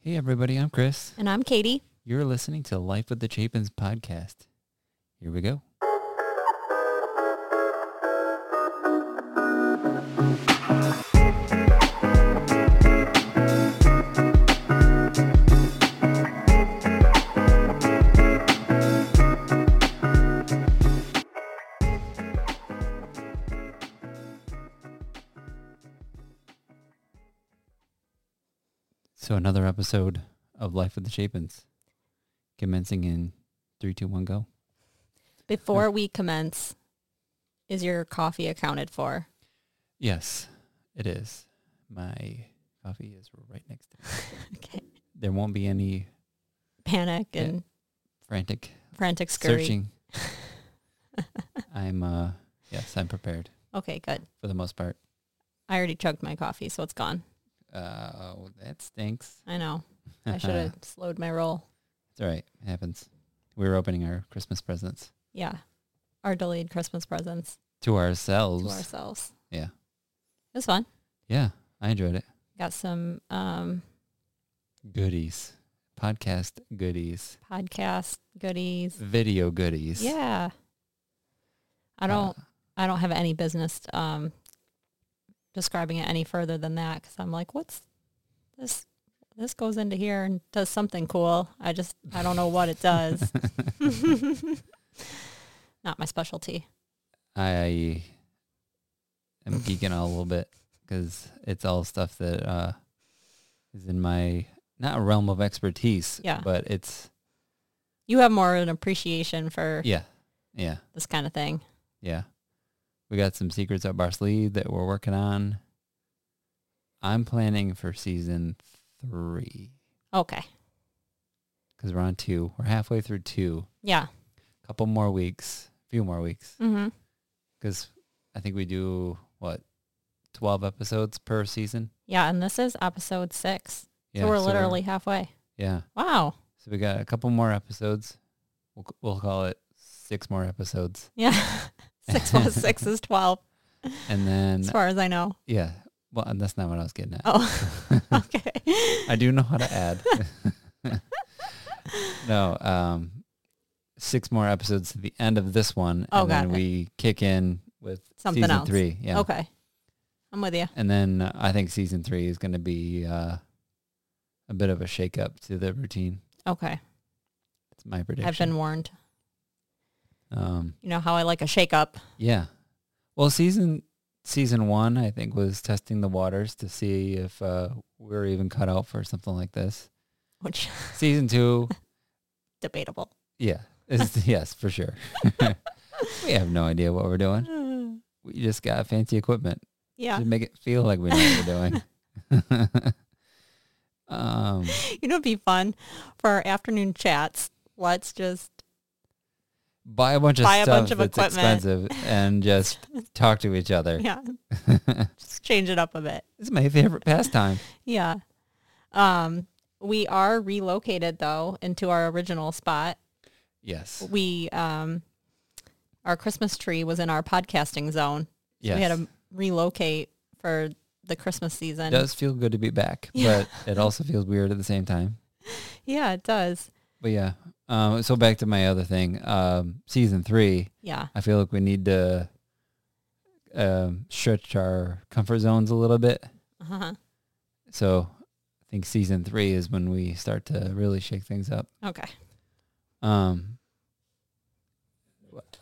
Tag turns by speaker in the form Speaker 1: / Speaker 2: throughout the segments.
Speaker 1: Hey, everybody, I'm Chris.
Speaker 2: And I'm Katie.
Speaker 1: You're listening to Life with the Chapins podcast. Here we go. So, another episode of Life with the Chapins commencing in three, two, one, go.
Speaker 2: Before we commence, is your coffee accounted for?
Speaker 1: Yes, it is. My coffee is right next to me.
Speaker 2: Okay.
Speaker 1: There won't be any
Speaker 2: Panic
Speaker 1: Yeah.
Speaker 2: and
Speaker 1: frantic
Speaker 2: frantic scurry.
Speaker 1: searching. I'm, uh, yes, I'm prepared
Speaker 2: Okay, good.
Speaker 1: for the most part.
Speaker 2: I already chugged my coffee, so it's gone.
Speaker 1: Uh, oh, that stinks.
Speaker 2: I know.
Speaker 1: Uh-huh.
Speaker 2: I should have slowed my roll.
Speaker 1: It's all right. It happens. We were opening our Christmas presents
Speaker 2: Yeah. Our delayed Christmas presents
Speaker 1: to
Speaker 2: to
Speaker 1: ourselves.
Speaker 2: ourselves.
Speaker 1: Yeah.
Speaker 2: It was fun.
Speaker 1: yeah, I enjoyed it.
Speaker 2: Got some um,
Speaker 1: Goodies, podcast goodies,
Speaker 2: podcast goodies.
Speaker 1: video goodies. Uh,
Speaker 2: Yeah. I don't I don't have any business um, describing it any further than that because I'm like, what's this? This goes into here and does something cool. I just I don't know what it does. Not my specialty.
Speaker 1: I am geeking out a little bit because it's all stuff that uh, is in my not realm of expertise.
Speaker 2: Yeah.
Speaker 1: but it's
Speaker 2: You have more of an appreciation for
Speaker 1: yeah, yeah,
Speaker 2: this kind of thing.
Speaker 1: yeah. We got some secrets up our sleeve that we're working on. I'm planning for season three
Speaker 2: Okay.
Speaker 1: because we're on two. We're halfway through two.
Speaker 2: Yeah.
Speaker 1: Couple more weeks, few more weeks,
Speaker 2: Mm-hmm.
Speaker 1: because I think we do what twelve episodes per season.
Speaker 2: Yeah. And this is episode six.
Speaker 1: Yeah,
Speaker 2: so we're literally halfway.
Speaker 1: yeah.
Speaker 2: Wow.
Speaker 1: So we got a couple more episodes. We'll, c- we'll call it six more episodes,
Speaker 2: Yeah. six plus six is 12,
Speaker 1: and then
Speaker 2: as far as I know.
Speaker 1: yeah. Well, and that's not what I was getting at.
Speaker 2: Oh, okay.
Speaker 1: I do know how to add. no, um, six more episodes to the end of this one,
Speaker 2: Oh,
Speaker 1: and then
Speaker 2: got it.
Speaker 1: we kick in with
Speaker 2: Something
Speaker 1: season
Speaker 2: else.
Speaker 1: three. Yeah.
Speaker 2: Okay. I'm with you.
Speaker 1: And then uh, I think season three is going to be uh, a bit of a shake up to the routine.
Speaker 2: Okay.
Speaker 1: It's my
Speaker 2: I've
Speaker 1: prediction.
Speaker 2: been warned.
Speaker 1: um,
Speaker 2: You know how I like a shake up.
Speaker 1: Yeah. Well, season season one, I think, was testing the waters to see if uh, we were even cut out for something like this.
Speaker 2: which
Speaker 1: Season two,
Speaker 2: debatable.
Speaker 1: yeah, is yes for sure. we have no idea what we're doing. We just got fancy equipment
Speaker 2: Yeah.
Speaker 1: to make it feel like we know what we're doing. um,
Speaker 2: You know it'd be fun for our afternoon chats. Let's just
Speaker 1: buy a bunch of
Speaker 2: Buy a
Speaker 1: stuff
Speaker 2: bunch of
Speaker 1: that's
Speaker 2: equipment.
Speaker 1: expensive and just talk to each other.
Speaker 2: yeah,
Speaker 1: this
Speaker 2: just change it up a bit.
Speaker 1: is my favorite pastime.
Speaker 2: Yeah. Um we are relocated though into our original spot.
Speaker 1: Yes.
Speaker 2: We um our Christmas tree was in our podcasting zone.
Speaker 1: yes.
Speaker 2: We had to relocate for the Christmas season.
Speaker 1: It does feel good to be back,
Speaker 2: Yeah.
Speaker 1: but it also feels weird at the same time.
Speaker 2: Yeah, it does.
Speaker 1: But yeah, um, so back to my other thing. Um, season three,
Speaker 2: Yeah.
Speaker 1: I feel like we need to um, stretch our comfort zones a little bit.
Speaker 2: Uh-huh.
Speaker 1: So I think season three is when we start to really shake things up.
Speaker 2: Okay.
Speaker 1: Um,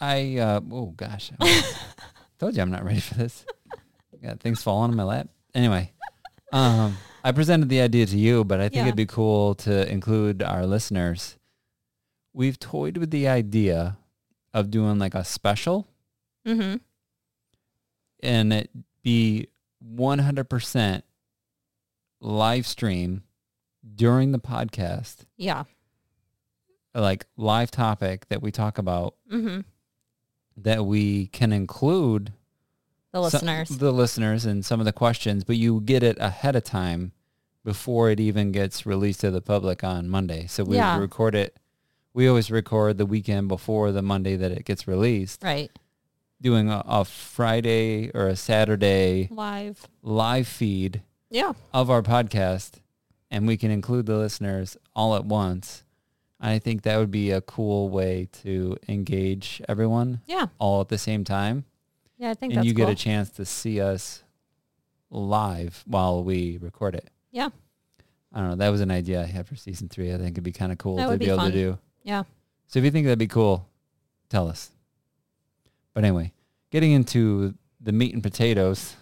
Speaker 1: I uh, oh gosh, I told you I'm not ready for this. Got things falling on my lap. Anyway, um, I presented the idea to you, but I think
Speaker 2: Yeah.
Speaker 1: it'd be cool to include our listeners. We've toyed with the idea of doing like a special,
Speaker 2: Mhm.
Speaker 1: and it be 100% live stream during the podcast,
Speaker 2: Yeah.
Speaker 1: like live topic that we talk about
Speaker 2: Mhm.
Speaker 1: that we can include
Speaker 2: The
Speaker 1: so-
Speaker 2: listeners.
Speaker 1: the listeners and some of the questions, but you get it ahead of time before it even gets released to the public on Monday. So we
Speaker 2: Yeah.
Speaker 1: record it. We always record the weekend before the Monday that it gets released,
Speaker 2: right.
Speaker 1: doing a, a Friday or a Saturday
Speaker 2: Live.
Speaker 1: live feed
Speaker 2: Yeah.
Speaker 1: of our podcast and we can include the listeners all at once. I think that would be a cool way to engage everyone
Speaker 2: Yeah.
Speaker 1: all at the same time.
Speaker 2: Yeah, I think
Speaker 1: And
Speaker 2: that's
Speaker 1: you get
Speaker 2: cool.
Speaker 1: a chance to see us live while we record it.
Speaker 2: Yeah.
Speaker 1: I don't know. That was an idea I had for season three. I think it'd be kind of cool
Speaker 2: That
Speaker 1: to
Speaker 2: would
Speaker 1: be,
Speaker 2: be
Speaker 1: able
Speaker 2: fun.
Speaker 1: to do.
Speaker 2: Yeah.
Speaker 1: So if you think that'd be cool, tell us. But anyway, getting into the meat and potatoes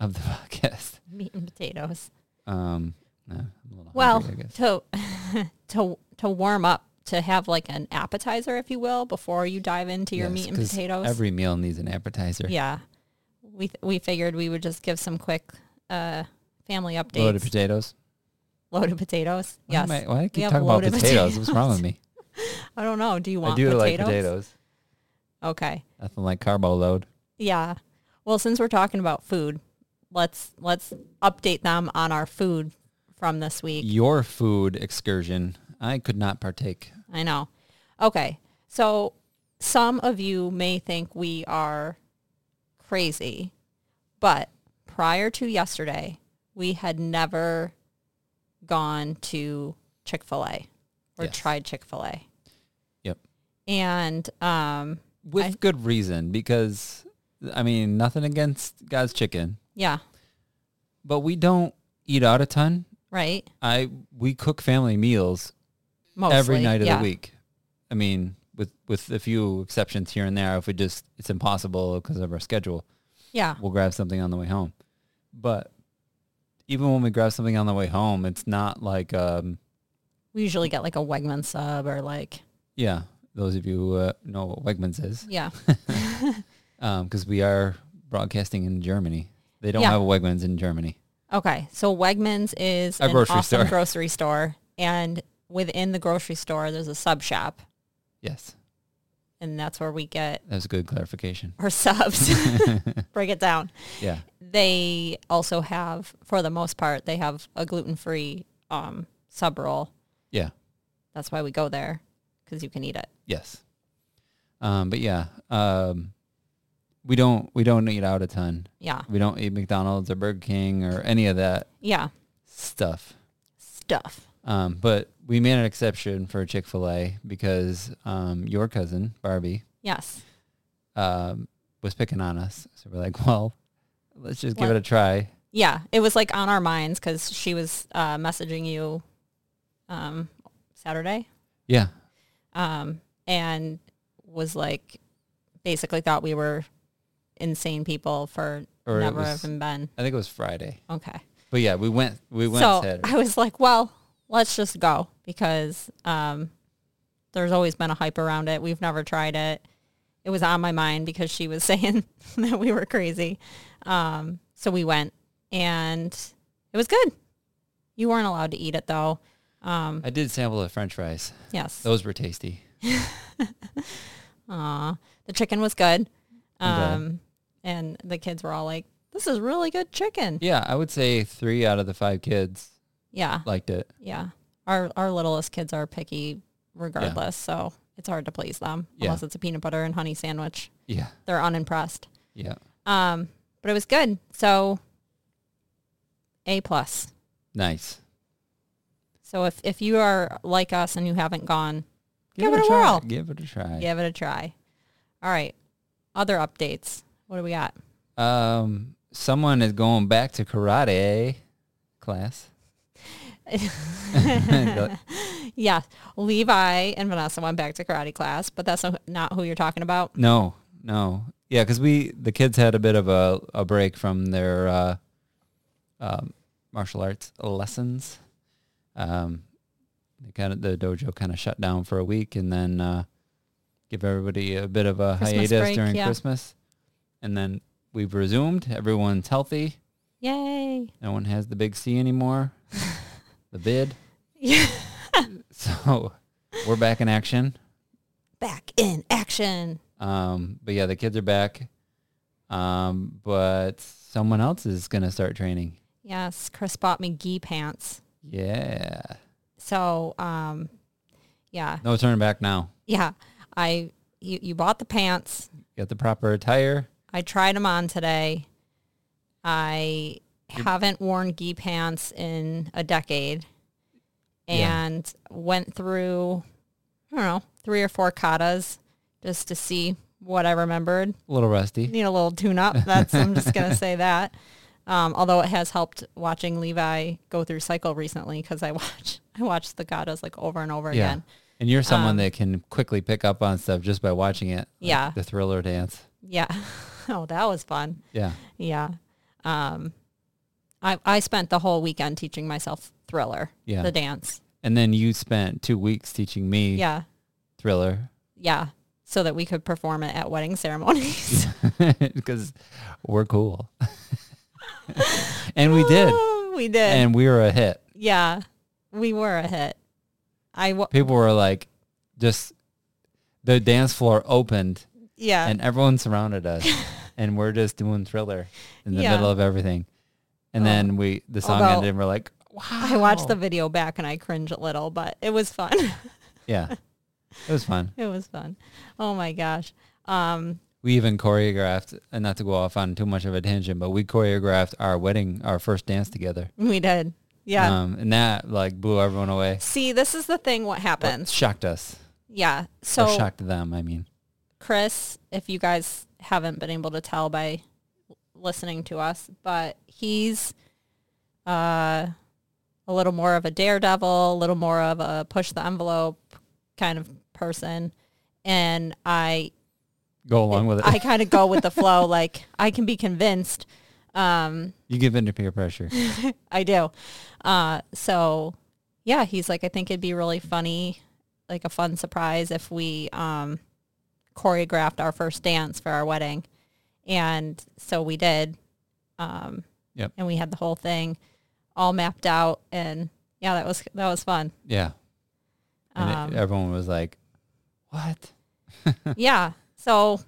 Speaker 1: of the podcast.
Speaker 2: Meat and potatoes.
Speaker 1: Um, no, I'm a little
Speaker 2: Well,
Speaker 1: hungry, I guess.
Speaker 2: to to to warm up to have like an appetizer, if you will, before you dive into your
Speaker 1: Yes,
Speaker 2: meat and
Speaker 1: 'cause
Speaker 2: potatoes.
Speaker 1: every meal needs an appetizer.
Speaker 2: yeah, we th- we figured we would just give some quick uh, family updates.
Speaker 1: Loaded potatoes.
Speaker 2: Loaded potatoes.
Speaker 1: Why am
Speaker 2: yes,
Speaker 1: I, why do I keep
Speaker 2: have
Speaker 1: talking about
Speaker 2: loaded
Speaker 1: potatoes? What's wrong with me?
Speaker 2: I don't know. Do you want
Speaker 1: I do like
Speaker 2: potatoes?
Speaker 1: potatoes.
Speaker 2: Okay.
Speaker 1: Nothing like carbo load.
Speaker 2: Yeah. Well, since we're talking about food, let's let's update them on our food from this week.
Speaker 1: Your food excursion, I could not partake.
Speaker 2: I know. Okay. So some of you may think we are crazy, but prior to yesterday, we had never gone to Chick-fil-A or
Speaker 1: Yes.
Speaker 2: tried Chick-fil-A.
Speaker 1: Yep.
Speaker 2: And um
Speaker 1: With
Speaker 2: I-
Speaker 1: good reason, because, I mean, nothing against God's chicken,
Speaker 2: yeah,
Speaker 1: but we don't eat out a ton.
Speaker 2: right?
Speaker 1: I We cook family meals
Speaker 2: Mostly.
Speaker 1: every night of
Speaker 2: yeah.
Speaker 1: the week. I mean, with, with a few exceptions here and there, if we just, it's impossible because of our schedule.
Speaker 2: Yeah.
Speaker 1: we'll grab something on the way home. But even when we grab something on the way home, it's not like, um,
Speaker 2: We usually get like a Wegman sub or like
Speaker 1: yeah, those of you who uh, know what Wegmans is,
Speaker 2: yeah.
Speaker 1: because Um, we are broadcasting in Germany. They don't
Speaker 2: Yeah.
Speaker 1: have a Wegmans in Germany.
Speaker 2: Okay, so Wegmans is
Speaker 1: A
Speaker 2: an
Speaker 1: grocery
Speaker 2: awesome
Speaker 1: store.
Speaker 2: grocery store, and within the grocery store, there's a sub shop,
Speaker 1: Yes,
Speaker 2: and that's where we get
Speaker 1: that was a good clarification.
Speaker 2: our subs. Break it down.
Speaker 1: Yeah,
Speaker 2: They also have, for the most part, they have a gluten free um, sub roll.
Speaker 1: yeah,
Speaker 2: That's why we go there because you can eat it.
Speaker 1: yes. Um, but yeah, um, we don't we don't eat out a ton.
Speaker 2: Yeah,
Speaker 1: We don't eat McDonald's or Burger King or any of that
Speaker 2: yeah,
Speaker 1: stuff.
Speaker 2: stuff.
Speaker 1: Um, but we made an exception for Chick Fil A because um, your cousin Barbie
Speaker 2: Yes,
Speaker 1: um, was picking on us, so we're like, well, let's just give
Speaker 2: What?
Speaker 1: it a try.
Speaker 2: yeah. It was like on our minds because she was uh, messaging you um, Saturday.
Speaker 1: Yeah,
Speaker 2: um, and was like basically thought we were insane people for
Speaker 1: or it
Speaker 2: never
Speaker 1: was,
Speaker 2: having been.
Speaker 1: I think it was Friday.
Speaker 2: Okay.
Speaker 1: But yeah, we went. We went.
Speaker 2: so
Speaker 1: Saturday.
Speaker 2: I was like, well, let's just go because um, there's always been a hype around it. We've never tried it. It was on my mind because she was saying that we were crazy. Um, so we went and it was good. You weren't allowed to eat it though. Um,
Speaker 1: I did sample the French fries.
Speaker 2: yes.
Speaker 1: Those were tasty.
Speaker 2: Aw, the chicken was good.
Speaker 1: Okay.
Speaker 2: Um, and the kids were all like, "This is really good chicken."
Speaker 1: Yeah, I would say three out of the five kids
Speaker 2: Yeah,
Speaker 1: liked it.
Speaker 2: yeah. Our our littlest kids are picky, regardless, so it's hard to please them
Speaker 1: Yeah.
Speaker 2: unless it's a peanut butter and honey sandwich.
Speaker 1: Yeah,
Speaker 2: They're unimpressed.
Speaker 1: yeah,
Speaker 2: Um, but it was good. So a plus.
Speaker 1: nice.
Speaker 2: So if if you are like us and you haven't gone, Give it a
Speaker 1: try.
Speaker 2: whirl.
Speaker 1: Give it a try.
Speaker 2: give it a try. All right. Other updates. What do we got?
Speaker 1: Um, someone is going back to karate class.
Speaker 2: Yeah, Levi and Vanessa went back to karate class, but that's not- not who you're talking about.
Speaker 1: No, no. Yeah, because we the kids had a bit of a, a break from their uh, um, martial arts lessons. Um, they kind of the dojo kind of shut down for a week, and then uh, give everybody a bit of a
Speaker 2: Christmas
Speaker 1: hiatus
Speaker 2: break,
Speaker 1: during
Speaker 2: yeah.
Speaker 1: Christmas, and then we've resumed. Everyone's healthy.
Speaker 2: Yay!
Speaker 1: No one has the big C anymore. the bid.
Speaker 2: Yeah.
Speaker 1: So we're back in action.
Speaker 2: Back in action.
Speaker 1: Um, but yeah, the kids are back. Um, but someone else is gonna start training.
Speaker 2: Yes, Chris bought me gi pants.
Speaker 1: Yeah,
Speaker 2: So, um, yeah,
Speaker 1: no turning back now.
Speaker 2: yeah. I you, you bought the pants.
Speaker 1: Got the proper attire.
Speaker 2: I tried them on today. I haven't worn gi pants in a decade
Speaker 1: Yeah.
Speaker 2: and went through I don't know, three or four katas just to see what I remembered.
Speaker 1: A little rusty.
Speaker 2: Need a little tune up. That's I'm just gonna say that. Um, although it has helped watching Levi go through cycle recently because I watch I watch the katas like over and over
Speaker 1: Yeah.
Speaker 2: again.
Speaker 1: And you're someone
Speaker 2: Um,
Speaker 1: that can quickly pick up on stuff just by watching it. like
Speaker 2: Yeah.
Speaker 1: The thriller dance.
Speaker 2: Yeah. oh, that was fun.
Speaker 1: Yeah.
Speaker 2: Yeah. Um, I I spent the whole weekend teaching myself thriller,
Speaker 1: Yeah.
Speaker 2: the dance.
Speaker 1: and then you spent two weeks teaching me
Speaker 2: Yeah.
Speaker 1: thriller
Speaker 2: Yeah. So that we could perform it at wedding ceremonies.
Speaker 1: because we're cool. and we did.
Speaker 2: we did.
Speaker 1: And we were a hit.
Speaker 2: yeah. We were a hit. I w-
Speaker 1: People were like, just the dance floor opened
Speaker 2: yeah.
Speaker 1: and everyone surrounded us and we're just doing thriller in the
Speaker 2: Yeah.
Speaker 1: middle of everything. And
Speaker 2: Oh.
Speaker 1: then we, the song
Speaker 2: Although-
Speaker 1: ended and we're like, wow.
Speaker 2: I watched the video back and I cringe a little, but it was fun.
Speaker 1: Yeah. It was fun.
Speaker 2: it was fun. Oh my gosh. Um,
Speaker 1: We even choreographed, and not to go off on too much of a tangent, but we choreographed our wedding, our first dance together.
Speaker 2: we did. Yeah.
Speaker 1: Um, and that like blew everyone away.
Speaker 2: See, this is the thing what
Speaker 1: Well,
Speaker 2: happens.
Speaker 1: shocked us.
Speaker 2: Yeah.
Speaker 1: So
Speaker 2: So
Speaker 1: shocked them, I mean.
Speaker 2: Chris, if you guys haven't been able to tell by l- listening to us, but he's uh, a little more of a daredevil, a little more of a push the envelope kind of person. And I,
Speaker 1: Go along with it.
Speaker 2: I kind of go with the flow. Like I can be convinced. Um,
Speaker 1: you give into peer pressure.
Speaker 2: I do. Uh, so yeah, he's like, I think it'd be really funny, like a fun surprise if we um, choreographed our first dance for our wedding. And so we did. Um,
Speaker 1: Yep.
Speaker 2: And we had the whole thing all mapped out. And yeah, that was, that was fun.
Speaker 1: Yeah. And it-
Speaker 2: Um,
Speaker 1: everyone was like, what?
Speaker 2: yeah. So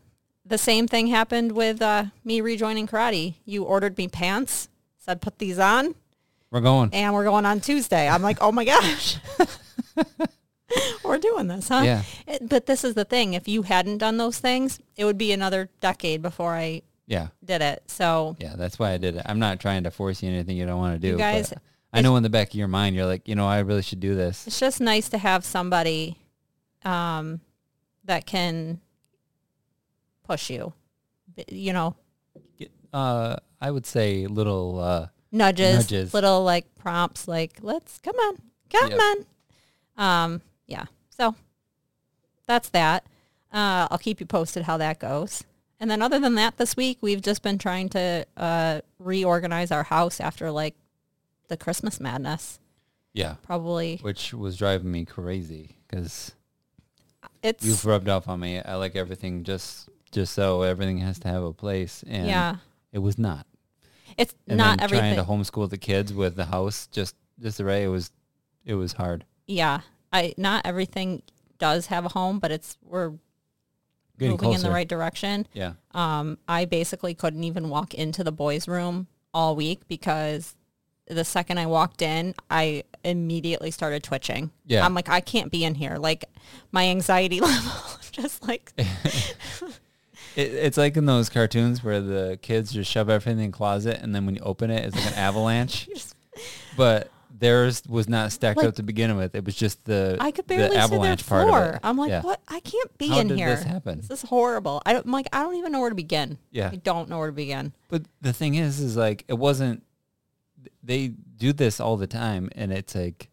Speaker 2: the same thing happened with uh, me rejoining karate. You ordered me pants, said, put these on.
Speaker 1: We're going.
Speaker 2: and we're going on Tuesday. I'm like, oh my gosh, we're doing this, huh?
Speaker 1: Yeah.
Speaker 2: It- but this is the thing. If you hadn't done those things, it would be another decade before I
Speaker 1: Yeah.
Speaker 2: did it. So
Speaker 1: Yeah. That's why I did it. I'm not trying to force you anything you don't want to do.
Speaker 2: You
Speaker 1: but
Speaker 2: guys-
Speaker 1: I know in the back of your mind, you're like, you know, I really should do this.
Speaker 2: it's just nice to have somebody um, that can push you, B- you know,
Speaker 1: Uh, I would say little, uh,
Speaker 2: nudges,
Speaker 1: Nudges.
Speaker 2: little like prompts, like, let's come on, come
Speaker 1: Yep.
Speaker 2: on. Um, yeah. So that's that. Uh, I'll keep you posted how that goes. And then other than that, this week we've just been trying to uh, reorganize our house after like the Christmas madness.
Speaker 1: yeah,
Speaker 2: Probably
Speaker 1: which was driving me crazy because
Speaker 2: it's
Speaker 1: you've rubbed off on me. I like everything just, just so everything has to have a place. And
Speaker 2: yeah,
Speaker 1: it was not.
Speaker 2: it's
Speaker 1: and
Speaker 2: not
Speaker 1: then
Speaker 2: everything.
Speaker 1: trying to homeschool the kids with the house just disarray. It was it was hard.
Speaker 2: yeah, I not everything does have a home, but it's we're
Speaker 1: Getting
Speaker 2: moving in
Speaker 1: closer.
Speaker 2: the right direction.
Speaker 1: yeah,
Speaker 2: um, I basically couldn't even walk into the boys' room all week because the second I walked in, I immediately started twitching.
Speaker 1: Yeah.
Speaker 2: I'm like, I can't be in here. Like my anxiety level just like
Speaker 1: it, it's like in those cartoons where the kids just shove everything in the closet, and then when you open it, it's like an avalanche.
Speaker 2: Just-
Speaker 1: But theirs was not stacked
Speaker 2: Like-
Speaker 1: up to begin with. It was just the
Speaker 2: I could
Speaker 1: the
Speaker 2: barely see their
Speaker 1: avalanche part of
Speaker 2: floor.
Speaker 1: it.
Speaker 2: I'm like,
Speaker 1: Yeah.
Speaker 2: what? I can't be
Speaker 1: How
Speaker 2: in
Speaker 1: did
Speaker 2: here.
Speaker 1: this happen?
Speaker 2: This is horrible. I don't, I'm like, I don't even know where to begin.
Speaker 1: Yeah.
Speaker 2: I don't know where to begin.
Speaker 1: But the thing is, is like it wasn't. They do this all the time, and it's like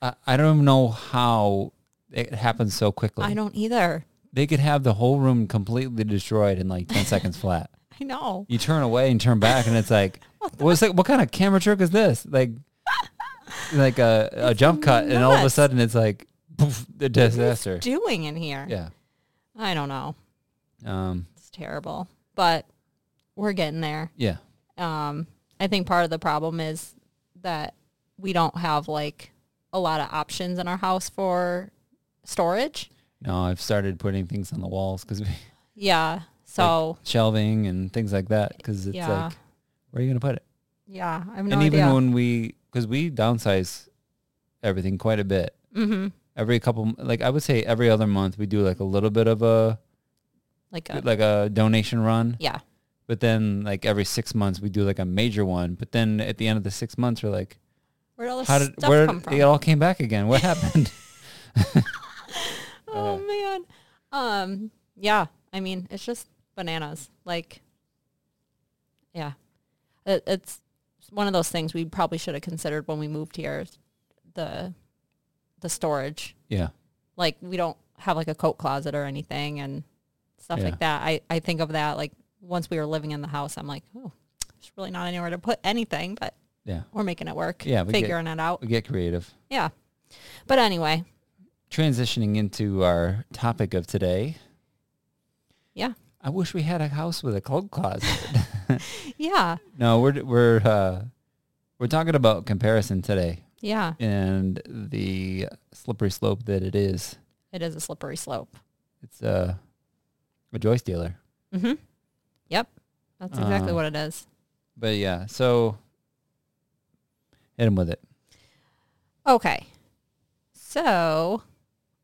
Speaker 1: I, I don't even know how it happens so quickly.
Speaker 2: I don't either.
Speaker 1: they could have the whole room completely destroyed in like 10 seconds flat.
Speaker 2: I know.
Speaker 1: You turn away and turn back and it's like, what's like, what kind of camera trick is this? Like, like a, a
Speaker 2: It's
Speaker 1: jump cut and all of a
Speaker 2: nuts.
Speaker 1: sudden it's like, poof, the disaster.
Speaker 2: Doing in here.
Speaker 1: Yeah.
Speaker 2: I don't know.
Speaker 1: Um,
Speaker 2: It's terrible, but we're getting there.
Speaker 1: yeah.
Speaker 2: um, I think part of the problem is that we don't have like a lot of options in our house for storage.
Speaker 1: No, I've started putting things on the walls because
Speaker 2: Yeah. So
Speaker 1: shelving and things like that because it's
Speaker 2: yeah,
Speaker 1: like, where are you going to put it?
Speaker 2: yeah. I have no
Speaker 1: and even
Speaker 2: idea.
Speaker 1: when we, because we downsize everything quite a bit.
Speaker 2: mm-hmm.
Speaker 1: Every couple, like I would say every other month, we do like a little bit of a,
Speaker 2: Like, a,
Speaker 1: like a donation run.
Speaker 2: yeah,
Speaker 1: But then like every six months we do like a major one. But then at the end of the six months we're like,
Speaker 2: Where'd all this
Speaker 1: how did
Speaker 2: stuff
Speaker 1: where
Speaker 2: come from?
Speaker 1: it all came back again? What happened?
Speaker 2: oh
Speaker 1: uh,
Speaker 2: man. Um. Yeah. I mean, it's just bananas. Like. Yeah, it, it's one of those things we probably should have considered when we moved here. The, the storage.
Speaker 1: yeah.
Speaker 2: Like we don't have like a coat closet or anything and stuff
Speaker 1: Yeah.
Speaker 2: like that. I I think of that like once we were living in the house. I'm like, oh, there's really not anywhere to put anything, but
Speaker 1: Yeah.
Speaker 2: we're making it work.
Speaker 1: Yeah, we get-
Speaker 2: figuring it out.
Speaker 1: We get creative.
Speaker 2: Yeah. But anyway,
Speaker 1: Transitioning into our topic of today.
Speaker 2: Yeah.
Speaker 1: I wish we had a house with a coat closet.
Speaker 2: yeah,
Speaker 1: no, we're we're uh, we're talking about comparison today
Speaker 2: yeah,
Speaker 1: and the slippery slope that it is.
Speaker 2: it is a slippery slope.
Speaker 1: It's uh, a Joyce dealer.
Speaker 2: Mm-hmm. Yep, that's exactly
Speaker 1: Uh,
Speaker 2: what it is.
Speaker 1: But yeah, so hit him with it.
Speaker 2: Okay, so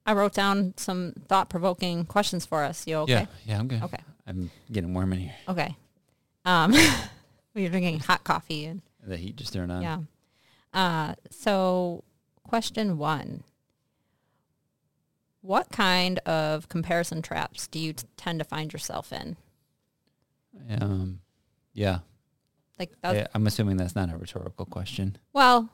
Speaker 2: I wrote down some thought-provoking questions for us. You okay?
Speaker 1: Yeah, yeah, I'm good.
Speaker 2: Okay.
Speaker 1: I'm getting warm in here.
Speaker 2: Okay. Um, we are drinking hot coffee and
Speaker 1: The heat just turned on.
Speaker 2: yeah. Uh, so question one. What kind of comparison traps do you t- tend to find yourself in?
Speaker 1: Um, yeah.
Speaker 2: Like that's
Speaker 1: I, am assuming that's not a rhetorical question.
Speaker 2: Well,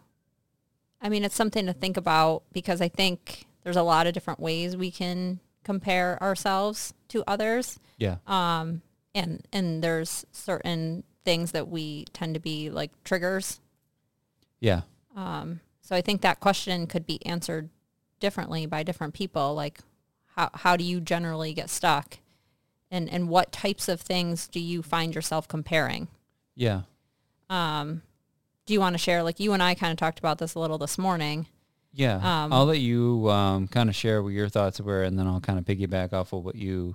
Speaker 2: I mean, it's something to think about because I think there's a lot of different ways we can compare ourselves to others.
Speaker 1: Yeah.
Speaker 2: Um, and, and there's certain things that we tend to be like triggers.
Speaker 1: Yeah.
Speaker 2: Um, so I think that question could be answered differently by different people. Like how, how do you generally get stuck and, and what types of things do you find yourself comparing?
Speaker 1: Yeah.
Speaker 2: Um, do you want to share, like you and I kind of talked about this a little this morning.
Speaker 1: Yeah.
Speaker 2: Um,
Speaker 1: I'll let you um, kind of share what your thoughts were, and then I'll kind of piggyback off of what you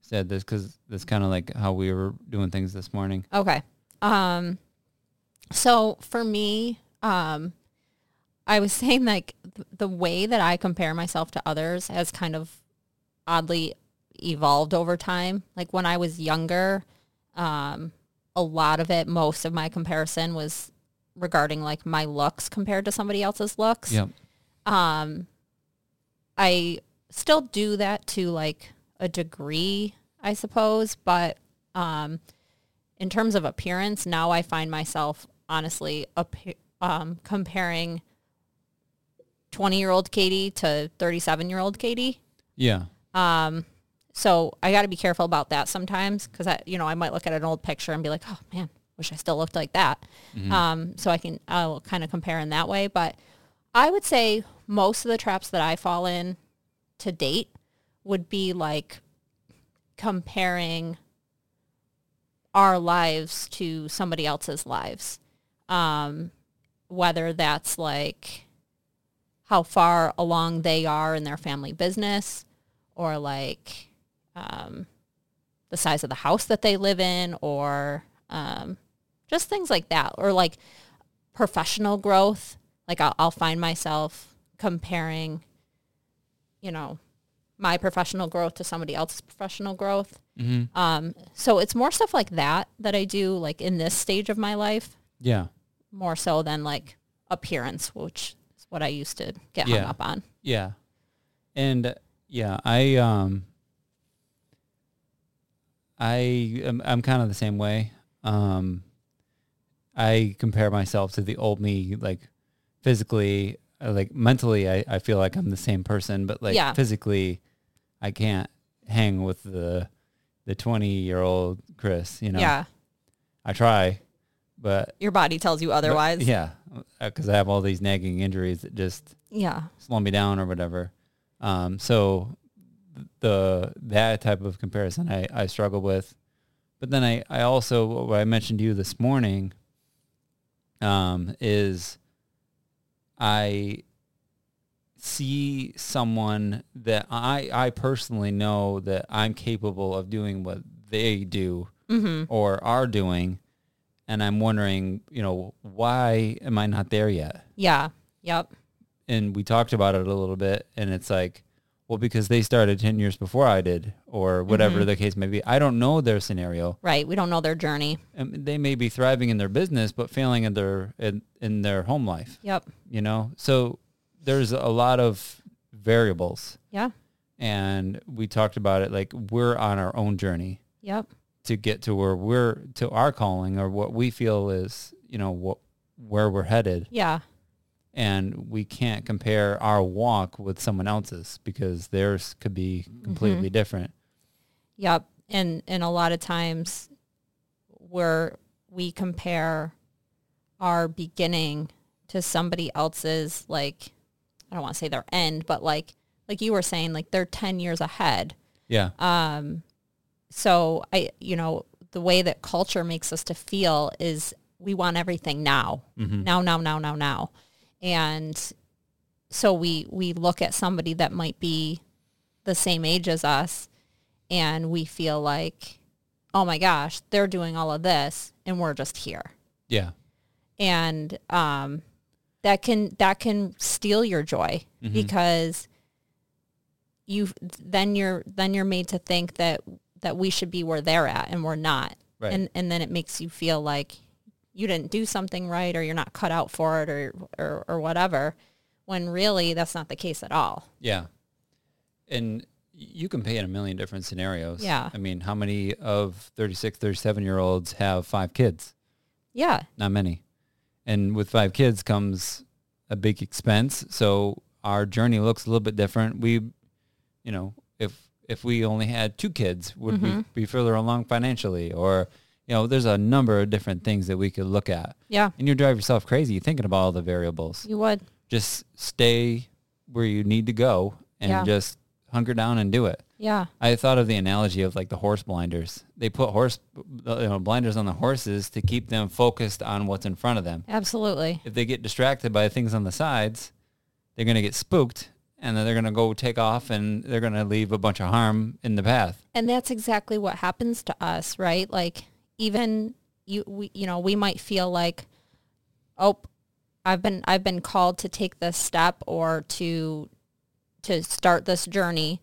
Speaker 1: said. This because that's kind of like how we were doing things this morning.
Speaker 2: Okay. Um so for me, um I was saying like th- the way that I compare myself to others has kind of oddly evolved over time. Like when I was younger, um a lot of it, most of my comparison was regarding like my looks compared to somebody else's looks.
Speaker 1: Yep.
Speaker 2: Um, I still do that to like a degree, I suppose, but um, in terms of appearance, now I find myself honestly appear, um, comparing 20 year old Katie to 37 year old Katie.
Speaker 1: Yeah.
Speaker 2: Um, so I got to be careful about that sometimes because I, you know, I might look at an old picture and be like, oh man, wish I still looked like that. Um, so I can, I'll kind of compare in that way. But I would say most of the traps that I fall in to date would be like comparing our lives to somebody else's lives. Um, whether that's like how far along they are in their family business or like um, the size of the house that they live in or um, just things like that or like professional growth like I'll, I'll find myself comparing you know my professional growth to somebody else's professional growth
Speaker 1: hmm
Speaker 2: um, so it's more stuff like that that i do like in this stage of my life
Speaker 1: Yeah.
Speaker 2: more so than like appearance which is what i used to get hung
Speaker 1: Yeah.
Speaker 2: up on
Speaker 1: Yeah. And uh, yeah, I um I am I'm kind of the same way. Um I compare myself to the old me like physically uh, like mentally I, I feel like I'm the same person, but like
Speaker 2: Yeah.
Speaker 1: physically I can't hang with the the 20 year old Chris, you know.
Speaker 2: yeah
Speaker 1: I try, but
Speaker 2: your body tells you
Speaker 1: but-
Speaker 2: otherwise
Speaker 1: yeah, cuz I have all these nagging injuries that just
Speaker 2: yeah
Speaker 1: slow me down or whatever. Um, so the that type of comparison I, I struggle with. But then I, I also what I mentioned to you this morning um, is I see someone that I I personally know that I'm capable of doing what they do
Speaker 2: mm-hmm
Speaker 1: or are doing and I'm wondering, you know, why am I not there yet?
Speaker 2: yeah yep
Speaker 1: and we talked about it a little bit and it's like well, because they started 10 years before I did or whatever
Speaker 2: Mhm.
Speaker 1: the case may be. I don't know their scenario.
Speaker 2: Right. We don't know their journey.
Speaker 1: And they may be thriving in their business, but failing in their, in, in their home life,
Speaker 2: Yep.
Speaker 1: you know? So there's a lot of variables.
Speaker 2: Yeah.
Speaker 1: And we talked about it like we're on our own journey
Speaker 2: Yep.
Speaker 1: to get to where we're, to our calling or what we feel is, you know, what, where we're headed
Speaker 2: Yeah.
Speaker 1: and we can't compare our walk with someone else's because theirs could be
Speaker 2: Mm-hmm.
Speaker 1: completely different.
Speaker 2: Yep. And and a lot of times where we compare our beginning to somebody else's like I don't want to say their end, but like like you were saying, like they're ten years ahead.
Speaker 1: Yeah.
Speaker 2: Um, so I, you know, the way that culture makes us to feel is we want everything now,
Speaker 1: Mhm.
Speaker 2: now, now, now, now, now, and so we we look at somebody that might be the same age as us, and we feel like, oh my gosh, they're doing all of this, and we're just here,
Speaker 1: Yeah.
Speaker 2: and um, that can that can steal your joy
Speaker 1: Mhm.
Speaker 2: because you then you're then you're made to think that that we should be where they're at and we're not
Speaker 1: Right.
Speaker 2: and and then it makes you feel like you didn't do something right or you're not cut out for it or or, or whatever when really that's not the case at all
Speaker 1: yeah. And you can pay in a million different scenarios.
Speaker 2: Yeah.
Speaker 1: I mean, how many of 36, 37 year olds have five kids?
Speaker 2: yeah
Speaker 1: Not many. And with five kids comes a big expense. So our journey looks a little bit different. We, you know, if if we only had two kids, would we
Speaker 2: Mhm.
Speaker 1: be further along financially? Or, you know, there's a number of different things that we could look at.
Speaker 2: yeah
Speaker 1: And you drive yourself crazy thinking about all the variables.
Speaker 2: you would
Speaker 1: Just stay where you need to go and
Speaker 2: Yeah.
Speaker 1: just hunker down and do it.
Speaker 2: yeah
Speaker 1: I thought of the analogy of like the horse blinders. They put horse you know, blinders on the horses to keep them focused on what's in front of them.
Speaker 2: absolutely
Speaker 1: If they get distracted by things on the sides, they're going to get spooked and then they're going to go take off and they're going to leave a bunch of harm in the path.
Speaker 2: and that's exactly what happens to us right like even you we, you know we might feel like oh i've been i've been called to take this step or to to start this journey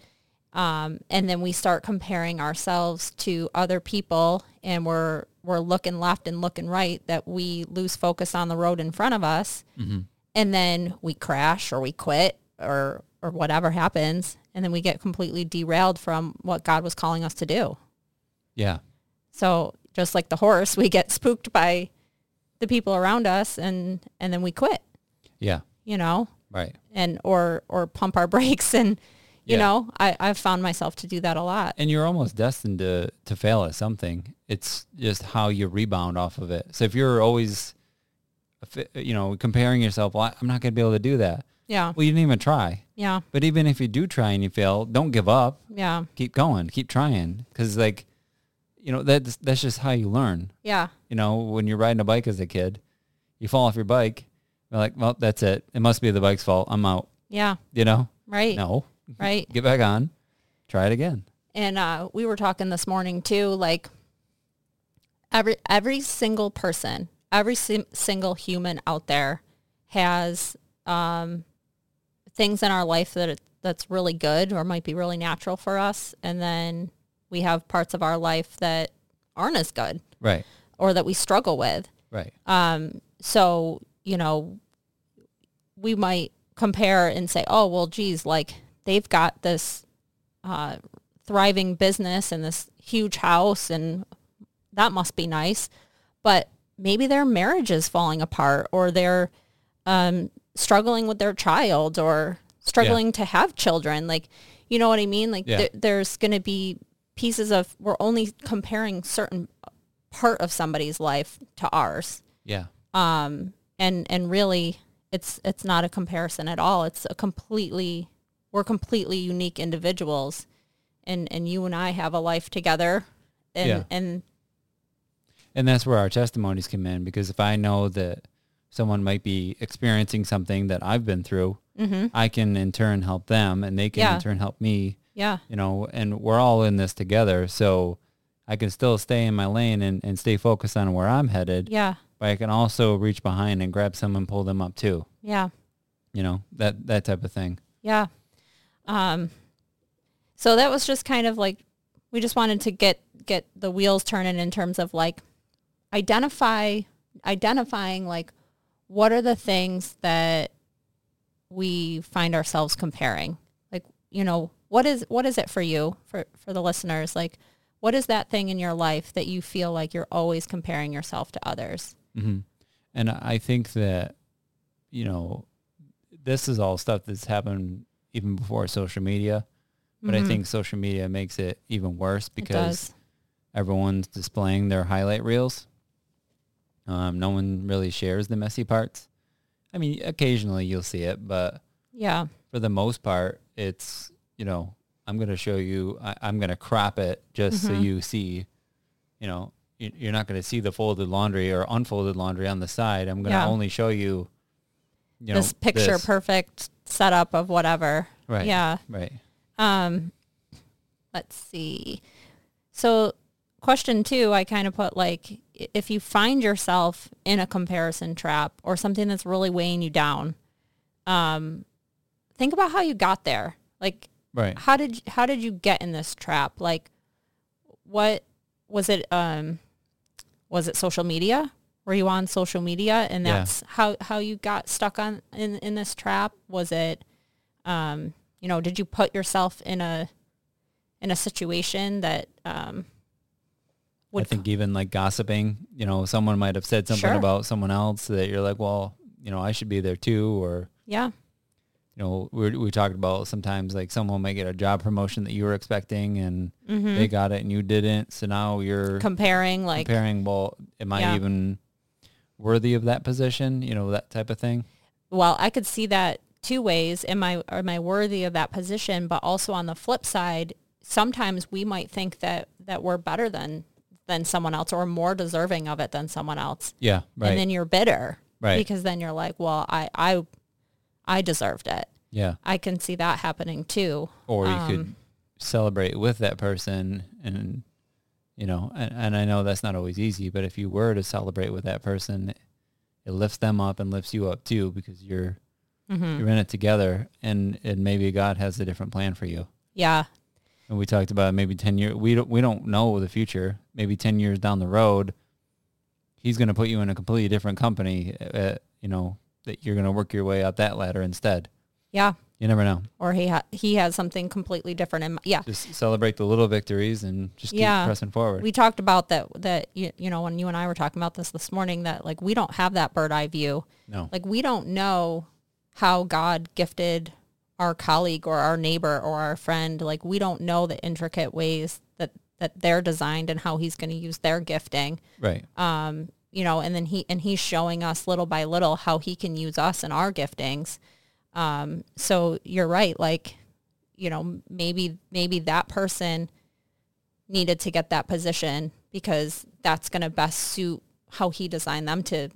Speaker 2: um, and then we start comparing ourselves to other people and we're we're looking left and looking right that we lose focus on the road in front of us
Speaker 1: Mm-hmm.
Speaker 2: and then we crash or we quit or or whatever happens and then we get completely derailed from what God was calling us to do.
Speaker 1: Yeah.
Speaker 2: So just like the horse, we get spooked by the people around us and and then we quit,
Speaker 1: Yeah.
Speaker 2: you know,
Speaker 1: Right.
Speaker 2: and or or pump our brakes and you
Speaker 1: Yeah.
Speaker 2: know, I I've found myself to do that a lot.
Speaker 1: And you're almost destined to, to fail at something. It's just how you rebound off of it. So if you're always, you know, comparing yourself, well, I'm not going to be able to do that.
Speaker 2: Yeah.
Speaker 1: Well, you didn't even try.
Speaker 2: Yeah.
Speaker 1: But even if you do try and you fail, don't give up.
Speaker 2: Yeah.
Speaker 1: Keep going. Keep trying. Because like, you know, that's that's just how you learn.
Speaker 2: Yeah.
Speaker 1: You know, when you're riding a bike as a kid, you fall off your bike. You're like, well, that's it. It must be the bike's fault. I'm out.
Speaker 2: Yeah.
Speaker 1: You know,
Speaker 2: Right.
Speaker 1: no,
Speaker 2: Right.
Speaker 1: get back on. Try it again.
Speaker 2: and uh, we were talking this morning too like every every single person every sim- single human out there has um, things in our life that it, that's really good or might be really natural for us and then we have parts of our life that aren't as good
Speaker 1: Right.
Speaker 2: or that we struggle with
Speaker 1: Right.
Speaker 2: um, so, you know, we might compare and say, oh, well, geez, like they've got this uh, thriving business and this huge house and that must be nice. But maybe their marriage is falling apart or they're um, struggling with their child or struggling to have children. Like, you know what I mean? Like
Speaker 1: Yeah.
Speaker 2: there, there's going to be pieces of, we're only comparing certain part of somebody's life to ours
Speaker 1: Yeah.
Speaker 2: um, and and really it's it's not a comparison at all it's a completely we're completely unique individuals and and you and i have a life together and
Speaker 1: Yeah.
Speaker 2: and
Speaker 1: And that's where our testimonies come in because if I know that someone might be experiencing something that I've been through,
Speaker 2: mhm,
Speaker 1: I can in turn help them and they can
Speaker 2: Yeah.
Speaker 1: in turn help me
Speaker 2: yeah
Speaker 1: you know, and we're all in this together. So I can still stay in my lane and, and stay focused on where I'm headed,
Speaker 2: yeah
Speaker 1: but I can also reach behind and grab some and pull them up too,
Speaker 2: yeah
Speaker 1: you know, that, that type of thing.
Speaker 2: yeah um So that was just kind of like we just wanted to get get the wheels turning in terms of like identify identifying like what are the things that we find ourselves comparing like you know what is what is it for you for for the listeners like what is that thing in your life that you feel like you're always comparing yourself to others
Speaker 1: hmm And I think that, you know, this is all stuff that's happened even before social media, but I
Speaker 2: Mhm.
Speaker 1: think social media makes it even worse
Speaker 2: It
Speaker 1: because
Speaker 2: does.
Speaker 1: everyone's displaying their highlight reels. Um, no one really shares the messy parts. I mean, occasionally you'll see it, but
Speaker 2: yeah
Speaker 1: for the most part, it's, you know, I'm going to show you, I, I'm going to crop it just so
Speaker 2: Mhm.
Speaker 1: you see, you know, you- you're not going to see the folded laundry or unfolded laundry on the side. I'm going to
Speaker 2: Yeah.
Speaker 1: only show you, you know,
Speaker 2: this picture
Speaker 1: this.
Speaker 2: perfect setup of whatever
Speaker 1: Right.
Speaker 2: yeah
Speaker 1: Right.
Speaker 2: Um, let's see. So, question two, I kind of put like, i- if you find yourself in a comparison trap or something that's really weighing you down, um, think about how you got there. Like,
Speaker 1: Right.
Speaker 2: how did how did you get in this trap? Like, what was it? Um, was it social media? Were you on social media, and
Speaker 1: Yeah.
Speaker 2: that's how how you got stuck on in in this trap? Was it, um, you know, did you put yourself in a in a situation that um,
Speaker 1: I
Speaker 2: would
Speaker 1: think even like gossiping, you know, someone might have said something
Speaker 2: Sure.
Speaker 1: about someone else that you're like, well, you know, I should be there too. Or,
Speaker 2: yeah
Speaker 1: you know, we we talked about sometimes like someone might get a job promotion that you were expecting and
Speaker 2: Mhm.
Speaker 1: they got it and you didn't. So now you're
Speaker 2: comparing like
Speaker 1: comparing well am i
Speaker 2: Yeah.
Speaker 1: even worthy of that position you know that type of thing
Speaker 2: well, I could see that two ways. Am I am I worthy of that position? But also on the flip side, sometimes we might think that that we're better than than someone else or more deserving of it than someone else.
Speaker 1: yeah right
Speaker 2: And then you're bitter.
Speaker 1: Right.
Speaker 2: Because then you're like, Well, I I I deserved it.
Speaker 1: yeah
Speaker 2: I can see that happening too.
Speaker 1: or you
Speaker 2: Um,
Speaker 1: could celebrate with that person and you know and, and i know that's not always easy but if you were to celebrate with that person it lifts them up and lifts you up too because you're
Speaker 2: Mhm.
Speaker 1: you're in it together and and maybe god has a different plan for you
Speaker 2: Yeah.
Speaker 1: and we talked about maybe 10 years we don't we don't know the future maybe 10 years down the road he's going to put you in a completely different company uh, you know that you're going to work your way up that ladder instead
Speaker 2: Yeah.
Speaker 1: you never know
Speaker 2: Or he ha- he has something completely different in mi- yeah.
Speaker 1: just celebrate the little victories and just keep
Speaker 2: Yeah.
Speaker 1: pressing forward
Speaker 2: we talked about that that you, you know when you and I were talking about this this morning that like we don't have that bird eye view
Speaker 1: no
Speaker 2: like we don't know how God gifted our colleague or our neighbor or our friend like we don't know the intricate ways that that they're designed and how he's going to use their gifting
Speaker 1: right
Speaker 2: um you know and then he and he's showing us little by little how he can use us and our giftings um so you're right like you know maybe maybe that person needed to get that position because that's going to best suit how he designed them to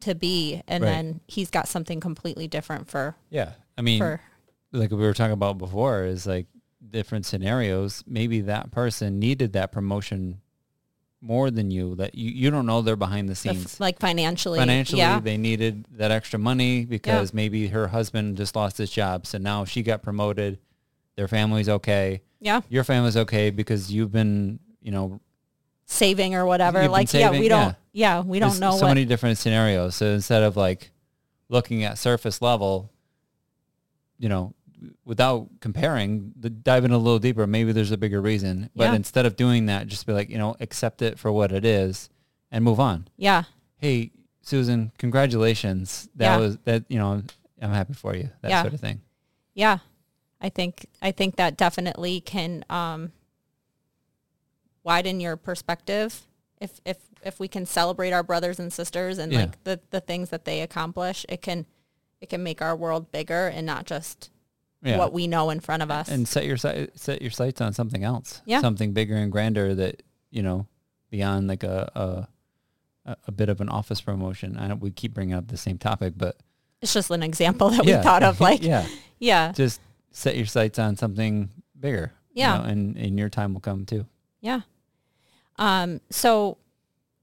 Speaker 2: to be and
Speaker 1: Right.
Speaker 2: then he's got something completely different for
Speaker 1: yeah i mean
Speaker 2: for
Speaker 1: like we were talking about before is like different scenarios maybe that person needed that promotion more than you that you, you don't know they're behind the
Speaker 2: the f-
Speaker 1: scenes
Speaker 2: like financially
Speaker 1: financially
Speaker 2: yeah
Speaker 1: they needed that extra money because maybe her husband just lost his job so now she got promoted their family's okay
Speaker 2: yeah
Speaker 1: your family's okay because you've been you know
Speaker 2: saving or whatever
Speaker 1: You've been
Speaker 2: like yeah
Speaker 1: saving,
Speaker 2: we don't yeah, we don't
Speaker 1: there's
Speaker 2: know
Speaker 1: so
Speaker 2: what
Speaker 1: many different scenarios so instead of like looking at surface level you know without comparing the dive in a little deeper maybe there's a bigger reason but
Speaker 2: Yeah.
Speaker 1: instead of doing that just be like you know accept it for what it is and move on
Speaker 2: yeah
Speaker 1: hey susan congratulations that
Speaker 2: Yeah.
Speaker 1: was that you know i'm happy for you that
Speaker 2: Yeah.
Speaker 1: sort of thing
Speaker 2: yeah i think i think that definitely can um widen your perspective if if if we can celebrate our brothers and sisters and
Speaker 1: Yeah.
Speaker 2: like the the things that they accomplish it can it can make our world bigger and not just
Speaker 1: yeah
Speaker 2: what we know in front of us
Speaker 1: and set your si- set your sights on something else
Speaker 2: Yeah.
Speaker 1: something bigger and grander that you know beyond like a a, a- a bit of an office promotion i we keep bringing up the same topic but
Speaker 2: it's just an example that
Speaker 1: yeah.
Speaker 2: we thought of like yeah
Speaker 1: yeah
Speaker 2: yeah,
Speaker 1: just set your sights on something bigger you
Speaker 2: Yeah.
Speaker 1: know, and and your time will come too
Speaker 2: um so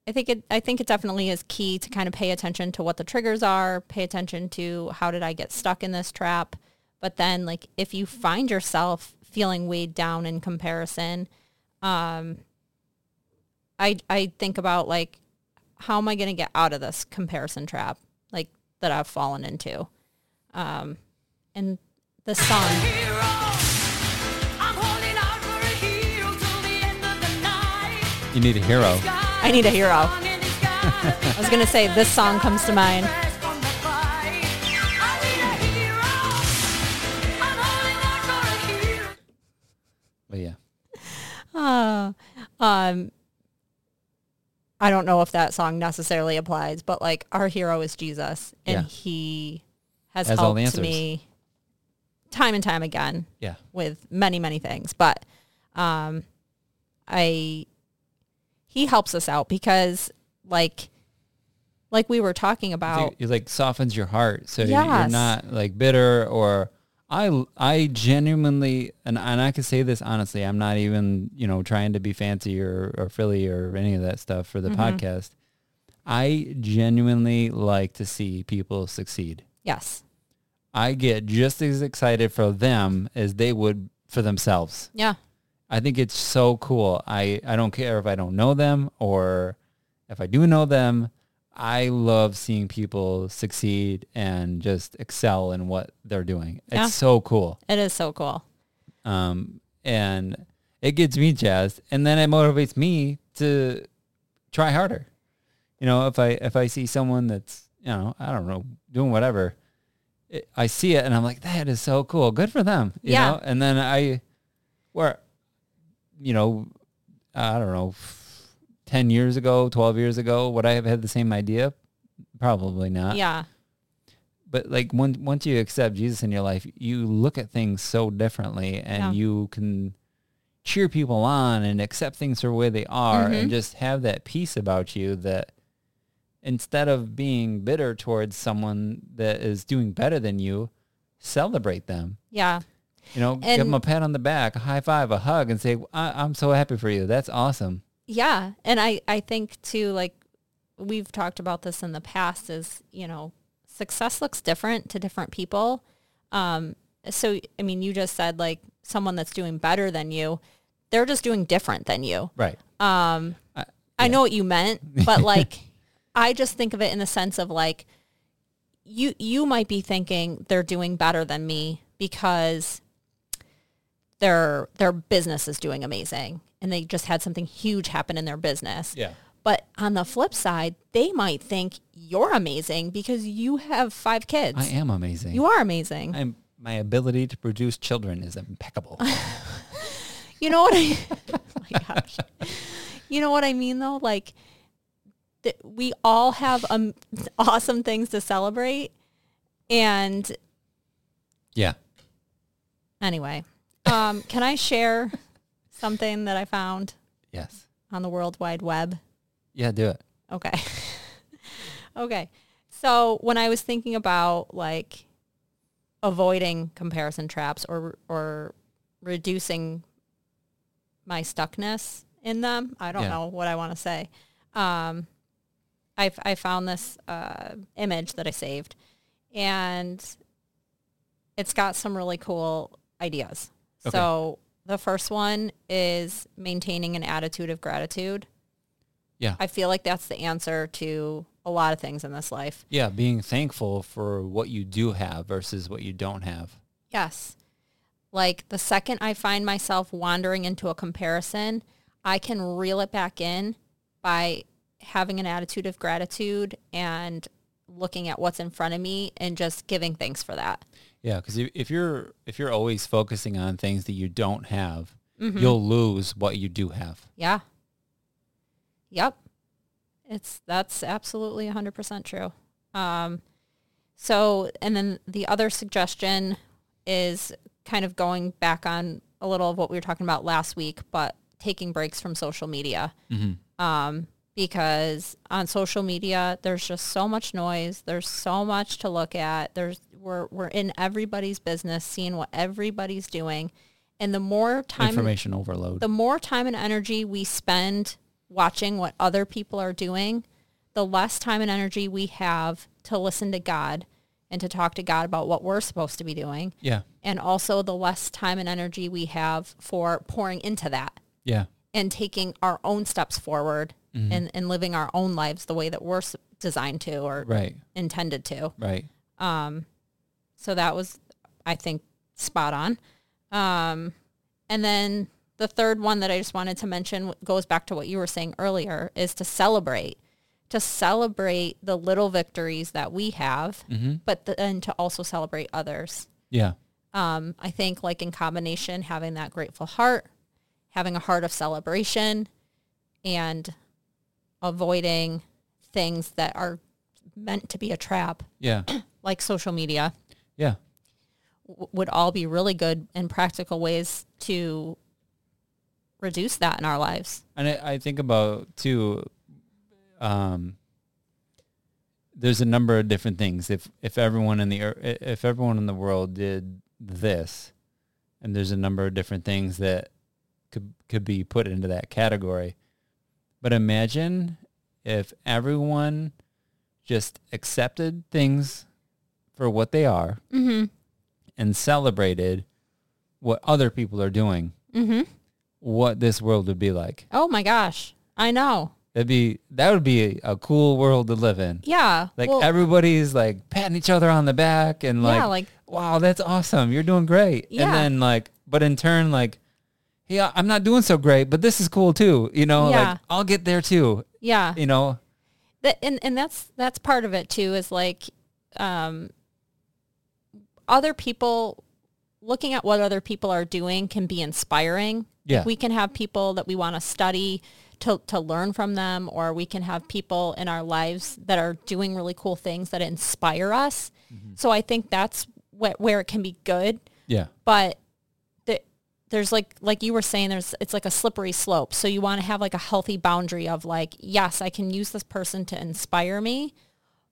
Speaker 2: I think it I think it definitely is key to kind of pay attention to what the triggers are, pay attention to how did I get stuck in this trap. But then like if you find yourself feeling weighed down in comparison. Um, I I think about like how am I going to get out of this comparison trap like that I've fallen into, um, and the song.
Speaker 1: You need a hero.
Speaker 2: I need a hero. I was gonna say this song comes to mind.
Speaker 1: But yeah.
Speaker 2: Uh, um, I don't know if that song necessarily applies, but like our hero is Jesus,
Speaker 1: Yeah.
Speaker 2: and he has
Speaker 1: Has all the
Speaker 2: helped
Speaker 1: answers.
Speaker 2: me time and time again
Speaker 1: Yeah.
Speaker 2: with many many things but um i he helps us out because like like we were talking about
Speaker 1: It, it, like softens your heart. So you- you're
Speaker 2: Yes.
Speaker 1: not like bitter or I I genuinely and, and I can say this honestly, I'm not even, you know, trying to be fancy or, or frilly or any of that stuff for the podcast. I genuinely like to see people succeed.
Speaker 2: yes
Speaker 1: I get just as excited for them as they would for themselves.
Speaker 2: yeah
Speaker 1: I think it's so cool. I, I don't care if I don't know them or if I do know them. I love seeing people succeed and just excel in what they're doing.
Speaker 2: Yeah.
Speaker 1: It's so cool.
Speaker 2: it is so cool
Speaker 1: Um, and it gets me jazzed and then it motivates me to try harder. You know, if I if I see someone that's, you know, I don't know, doing whatever, it, I see it and I'm like, that is so cool. Good for them. You
Speaker 2: Yeah.
Speaker 1: know? And then I where you know, I don't know, 10 years ago, 12 years ago, would I have had the same idea? Probably not.
Speaker 2: yeah
Speaker 1: But like once once you accept Jesus in your life, you look at things so differently and
Speaker 2: Yeah.
Speaker 1: you can cheer people on and accept things for where they are and
Speaker 2: Mhm.
Speaker 1: just have that peace about you that instead of being bitter towards someone that is doing better than you, celebrate them.
Speaker 2: yeah
Speaker 1: You know, give
Speaker 2: And-
Speaker 1: them a pat on the back, a high five, a hug, and say, I- I'm so happy for you. That's awesome.
Speaker 2: yeah and i i think too like we've talked about this in the past is you know success looks different to different people um so i mean you just said like someone that's doing better than you they're just doing different than you
Speaker 1: Right.
Speaker 2: Um,
Speaker 1: I-
Speaker 2: I
Speaker 1: yeah.
Speaker 2: know what you meant, but like, I just think of it in the sense of like, you you might be thinking they're doing better than me because their their business is doing amazing and they just had something huge happen in their business.
Speaker 1: Yeah.
Speaker 2: But on the flip side, they might think you're amazing because you have five kids.
Speaker 1: I am amazing.
Speaker 2: You are amazing.
Speaker 1: I'm, my ability to produce children is impeccable.
Speaker 2: You know what I? Oh my gosh. You know what I mean though. Like, th- we all have um, awesome things to celebrate. And
Speaker 1: yeah.
Speaker 2: anyway, um, can I share something that I found
Speaker 1: Yes.
Speaker 2: on the World Wide Web?
Speaker 1: Yeah, do it.
Speaker 2: Okay. okay. So when I was thinking about like avoiding comparison traps or or reducing my stuckness in them, I don't
Speaker 1: Yeah.
Speaker 2: know what I want to say. Um, I f- I found this uh, image that I saved, and it's got some really cool ideas.
Speaker 1: Okay.
Speaker 2: So the first one is maintaining an attitude of gratitude.
Speaker 1: Yeah.
Speaker 2: I feel like that's the answer to a lot of things in this life.
Speaker 1: Yeah, being thankful for what you do have versus what you don't have.
Speaker 2: Yes. Like the second I find myself wandering into a comparison, I can reel it back in by having an attitude of gratitude and looking at what's in front of me and just giving thanks for that.
Speaker 1: Yeah, because if, if you're if you're always focusing on things that you don't have,
Speaker 2: Mm-hmm.
Speaker 1: you'll lose what you do have.
Speaker 2: Yeah. Yep. It's that's absolutely 100% true. Um so and then the other suggestion is kind of going back on a little of what we were talking about last week, but taking breaks from social media. Um because on social media there's just so much noise, there's so much to look at. There's we're we're in everybody's business, seeing what everybody's doing. And the more time
Speaker 1: Information overload.
Speaker 2: the more time and energy we spend watching what other people are doing, the less time and energy we have to listen to God and to talk to God about what we're supposed to be doing
Speaker 1: Yeah.
Speaker 2: and also the less time and energy we have for pouring into that
Speaker 1: Yeah.
Speaker 2: and taking our own steps forward
Speaker 1: Mhm.
Speaker 2: and, and living our own lives the way that we're s- designed to or
Speaker 1: Right.
Speaker 2: intended to.
Speaker 1: Right.
Speaker 2: Um, so that was, I think, spot on. Um, and then the third one that I just wanted to mention w- goes back to what you were saying earlier is to celebrate, to celebrate the little victories that we have,
Speaker 1: Mm-hmm.
Speaker 2: but then to also celebrate others.
Speaker 1: Yeah.
Speaker 2: Um, I think like in combination, having that grateful heart, having a heart of celebration and avoiding things that are meant to be a trap
Speaker 1: Yeah.
Speaker 2: like social media
Speaker 1: Yeah.
Speaker 2: w- would all be really good and practical ways to reduce that in our lives.
Speaker 1: And I, I think about too. Um, there's a number of different things. If if everyone in the ear- i- if everyone in the world did this, and there's a number of different things that could could be put into that category. But imagine if everyone just accepted things for what they are
Speaker 2: Mm-hmm.
Speaker 1: and celebrated what other people are doing,
Speaker 2: Mm-hmm.
Speaker 1: what this world would be like.
Speaker 2: Oh my gosh. I know.
Speaker 1: That'd be that would be a, a cool world to live in.
Speaker 2: Yeah.
Speaker 1: Like
Speaker 2: well,
Speaker 1: everybody's like patting each other on the back and like,
Speaker 2: yeah, like,
Speaker 1: wow, that's awesome. You're doing great.
Speaker 2: Yeah.
Speaker 1: And then like, but in turn, like, yeah, I'm not doing so great, but this is cool too. You know,
Speaker 2: Yeah.
Speaker 1: like I'll get there too.
Speaker 2: yeah.
Speaker 1: You know,
Speaker 2: that and, and that's that's part of it too is like um other people looking at what other people are doing can be inspiring
Speaker 1: Yeah.
Speaker 2: we can have people that we want to study to, to learn from them or we can have people in our lives that are doing really cool things that inspire us
Speaker 1: Mm-hmm.
Speaker 2: so i think that's what, where it can be good
Speaker 1: yeah,
Speaker 2: but the, there's like like you were saying there's it's like a slippery slope so you want to have like a healthy boundary of like yes i can use this person to inspire me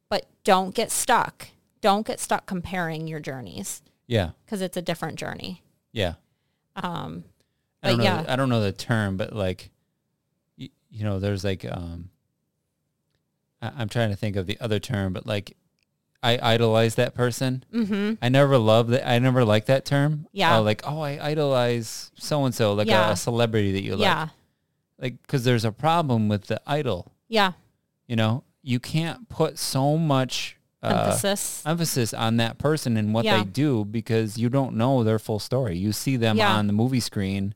Speaker 2: but don't get stuck don't get stuck comparing your journeys
Speaker 1: yeah,
Speaker 2: because it's a different journey
Speaker 1: yeah.
Speaker 2: um
Speaker 1: I don't
Speaker 2: But
Speaker 1: know.
Speaker 2: yeah.
Speaker 1: I don't know the term, but like, you, you know, there's like, um, I, I'm trying to think of the other term, but like, I idolize that person.
Speaker 2: hmm
Speaker 1: I never love that. I never like that term.
Speaker 2: Yeah.
Speaker 1: Uh, like, oh, I idolize so and so, like
Speaker 2: Yeah.
Speaker 1: a, a celebrity that you like.
Speaker 2: yeah
Speaker 1: Like, because there's a problem with the idol.
Speaker 2: yeah
Speaker 1: You know, you can't put so much uh,
Speaker 2: emphasis
Speaker 1: emphasis on that person and what
Speaker 2: Yeah.
Speaker 1: they do because you don't know their full story. You see them
Speaker 2: Yeah.
Speaker 1: on the movie screen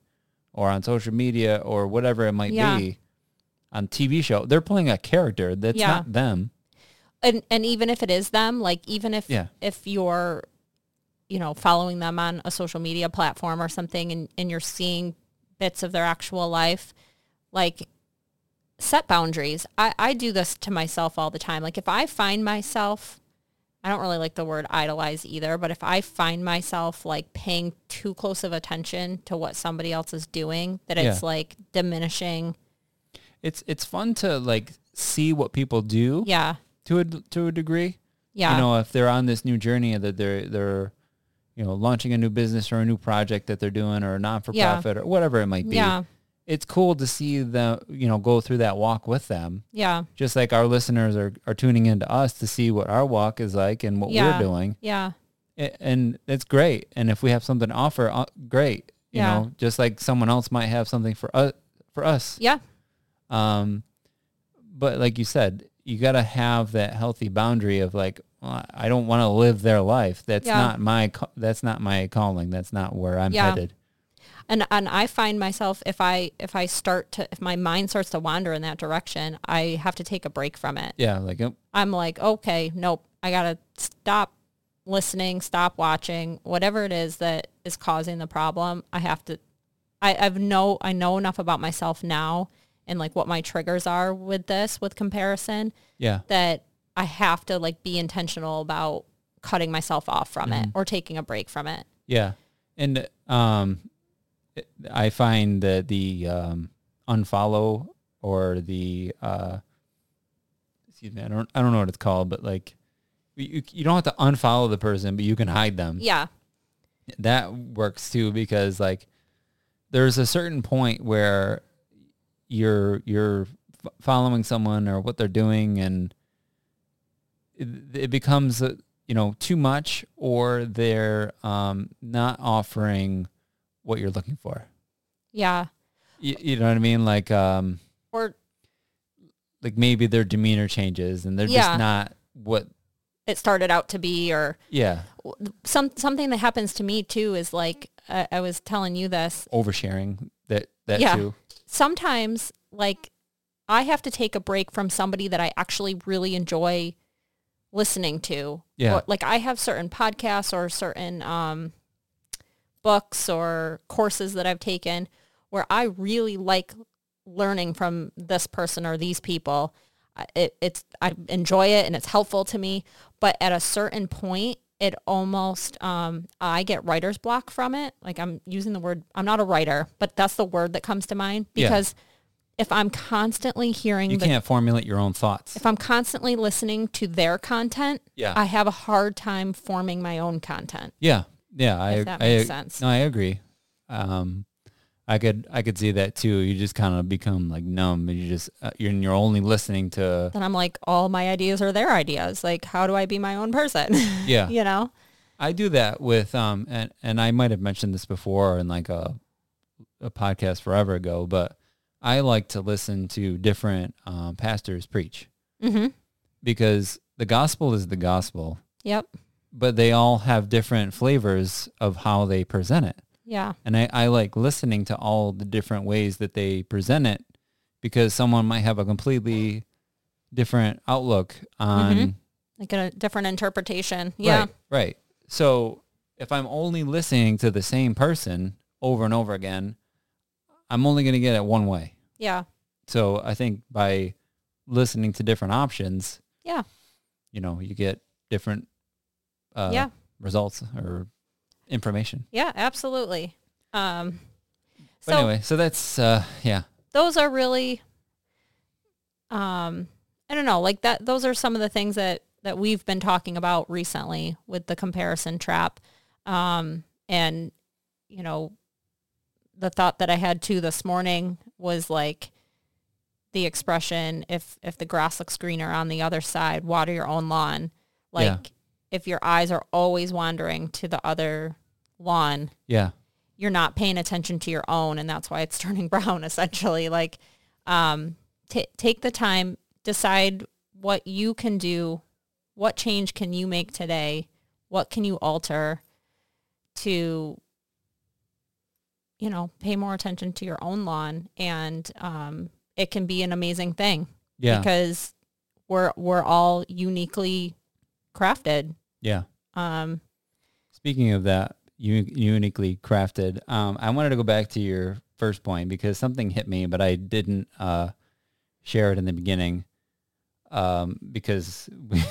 Speaker 1: or on social media or whatever it might
Speaker 2: Yeah.
Speaker 1: be on TV show. They're playing a character that's
Speaker 2: Yeah.
Speaker 1: not them.
Speaker 2: and and even if it is them like even if
Speaker 1: Yeah.
Speaker 2: if you're you know following them on a social media platform or something and and you're seeing bits of their actual life like set boundaries i i do this to myself all the time like if i find myself i don't really like the word idolize either but if i find myself like paying too close of attention to what somebody else is doing that it's
Speaker 1: Yeah.
Speaker 2: like diminishing
Speaker 1: It's it's fun to like see what people do
Speaker 2: yeah
Speaker 1: to a to a degree.
Speaker 2: yeah
Speaker 1: you know if they're on this new journey that they're they're you know launching a new business or a new project that they're doing or a non for profit or whatever it might be
Speaker 2: yeah
Speaker 1: it's cool to see them you know go through that walk with them
Speaker 2: yeah
Speaker 1: just like our listeners are, are tuning in to us to see what our walk is like and what
Speaker 2: Yeah.
Speaker 1: we're doing
Speaker 2: yeah
Speaker 1: A- and it's great and if we have something to offer uh, great you
Speaker 2: Yeah.
Speaker 1: know just like someone else might have something for us for us
Speaker 2: yeah
Speaker 1: um, but like you said, you got to have that healthy boundary of like, well, I don't want to live their life. That's
Speaker 2: Yeah.
Speaker 1: not my. ca- That's not my calling. That's not where I'm
Speaker 2: Yeah.
Speaker 1: headed.
Speaker 2: and and I find myself if I if I start to if my mind starts to wander in that direction, I have to take a break from it.
Speaker 1: Yeah, like oh,
Speaker 2: I'm like, okay, nope, I gotta stop listening, stop watching, whatever it is that is causing the problem. I have to. I, I've know I know enough about myself now and like what my triggers are with this with comparison
Speaker 1: yeah,
Speaker 2: that I have to like be intentional about cutting myself off from it or taking a break from it.
Speaker 1: yeah. And um, it- I find that the um, unfollow or the uh, excuse me, I don't, I don't know what it's called, but like. You, you don't have to unfollow the person, but you can hide them.
Speaker 2: Yeah.
Speaker 1: that works too because like there's a certain point where you're you're f- following someone or what they're doing and it, it becomes a, you know, too much or they're um, not offering what you're looking for.
Speaker 2: Yeah.
Speaker 1: You, you know what I mean? Like, um,
Speaker 2: Or
Speaker 1: like maybe their demeanor changes and they're
Speaker 2: Yeah.
Speaker 1: just not what.
Speaker 2: it started out to be or
Speaker 1: Yeah,
Speaker 2: some something that happens to me too is like I I was telling you this
Speaker 1: oversharing that that
Speaker 2: Yeah.
Speaker 1: too.
Speaker 2: sometimes like I have to take a break from somebody that I actually really enjoy listening to.
Speaker 1: Yeah.
Speaker 2: Or- like I have certain podcasts or certain um, books or courses that I've taken where I really like learning from this person or these people. I- It, it's I enjoy it and it's helpful to me, but at a certain point, it almost um, I get writer's block from it. Like I'm using the word I'm not a writer, but that's the word that comes to mind
Speaker 1: Yeah.
Speaker 2: because if I'm constantly hearing
Speaker 1: You
Speaker 2: the
Speaker 1: can't formulate your own thoughts.
Speaker 2: if I'm constantly listening to their content,
Speaker 1: Yeah.
Speaker 2: I have a hard time forming my own content.
Speaker 1: Yeah, yeah, I,
Speaker 2: If that
Speaker 1: I-
Speaker 2: makes sense.
Speaker 1: No, I agree. Um, I could, I could see that too. You just kind of become like numb, and you just uh, you're you're only listening to
Speaker 2: Then I'm like, all my ideas are their ideas. Like, how do I be my own person?
Speaker 1: yeah.
Speaker 2: you know?
Speaker 1: I do that with um, and and I might have mentioned this before in like a a podcast forever ago, but I like to listen to different um, pastors preach
Speaker 2: Mm-hmm.
Speaker 1: because the gospel is the gospel,
Speaker 2: Yep.
Speaker 1: but they all have different flavors of how they present it.
Speaker 2: Yeah.
Speaker 1: and I, I like listening to all the different ways that they present it because someone might have a completely different outlook on
Speaker 2: Mhm. Like a different interpretation. Yeah.
Speaker 1: right right so if i'm only listening to the same person over and over again i'm only going to get it one way
Speaker 2: Yeah.
Speaker 1: so i think by listening to different options
Speaker 2: Yeah.
Speaker 1: you know you get different uh,
Speaker 2: yeah.
Speaker 1: results or information
Speaker 2: Yeah. Absolutely. Um,
Speaker 1: but
Speaker 2: so
Speaker 1: anyway so that's uh, yeah
Speaker 2: those are really, um, I don't know, like that, those are some of the things that, that we've been talking about recently with the comparison trap. Um, and, you know, the thought that I had too this morning was like the expression, if, if the grass looks greener on the other side, water your own lawn. Like
Speaker 1: Yeah.
Speaker 2: if your eyes are always wandering to the other lawn,
Speaker 1: yeah
Speaker 2: you're not paying attention to your own and that's why it's turning brown essentially like um t- take the time decide what you can do what change can you make today what can you alter to you know pay more attention to your own lawn and um it can be an amazing thing
Speaker 1: yeah
Speaker 2: because we're we're all uniquely crafted
Speaker 1: yeah
Speaker 2: um
Speaker 1: Speaking of that, you uniquely crafted. Um, I wanted to go back to your first point because something hit me, but I didn't uh, share it in the beginning um, because we,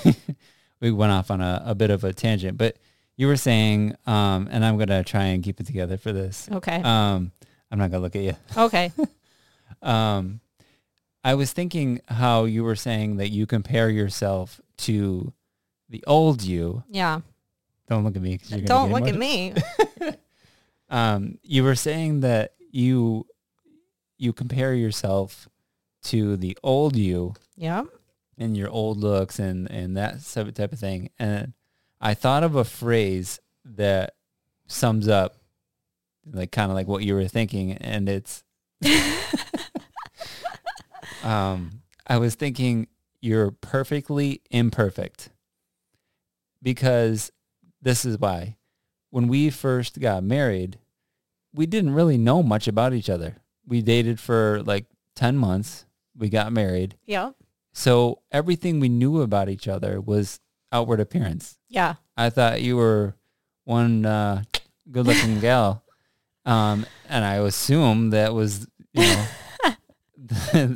Speaker 1: we went off on a, a bit of a tangent. But you were saying, um, and I'm gonna try and keep it together for this.
Speaker 2: okay
Speaker 1: Um, I'm not gonna look at you.
Speaker 2: okay
Speaker 1: Um, I was thinking how you were saying that you compare yourself to the old you.
Speaker 2: yeah
Speaker 1: Don't look at me. 'cause you're gonna
Speaker 2: don't
Speaker 1: get
Speaker 2: look
Speaker 1: emotional.
Speaker 2: at me
Speaker 1: um, you were saying that you you compare yourself to the old you
Speaker 2: yeah
Speaker 1: and your old looks and and that sort of type of thing. And I thought of a phrase that sums up like kind of like what you were thinking, and it's um, I was thinking you're perfectly imperfect because this is why when we first got married, we didn't really know much about each other. We dated for like 10 months. We got married.
Speaker 2: yeah
Speaker 1: So everything we knew about each other was outward appearance.
Speaker 2: Yeah.
Speaker 1: I thought you were one uh, good-looking gal, um, and I assume that was you know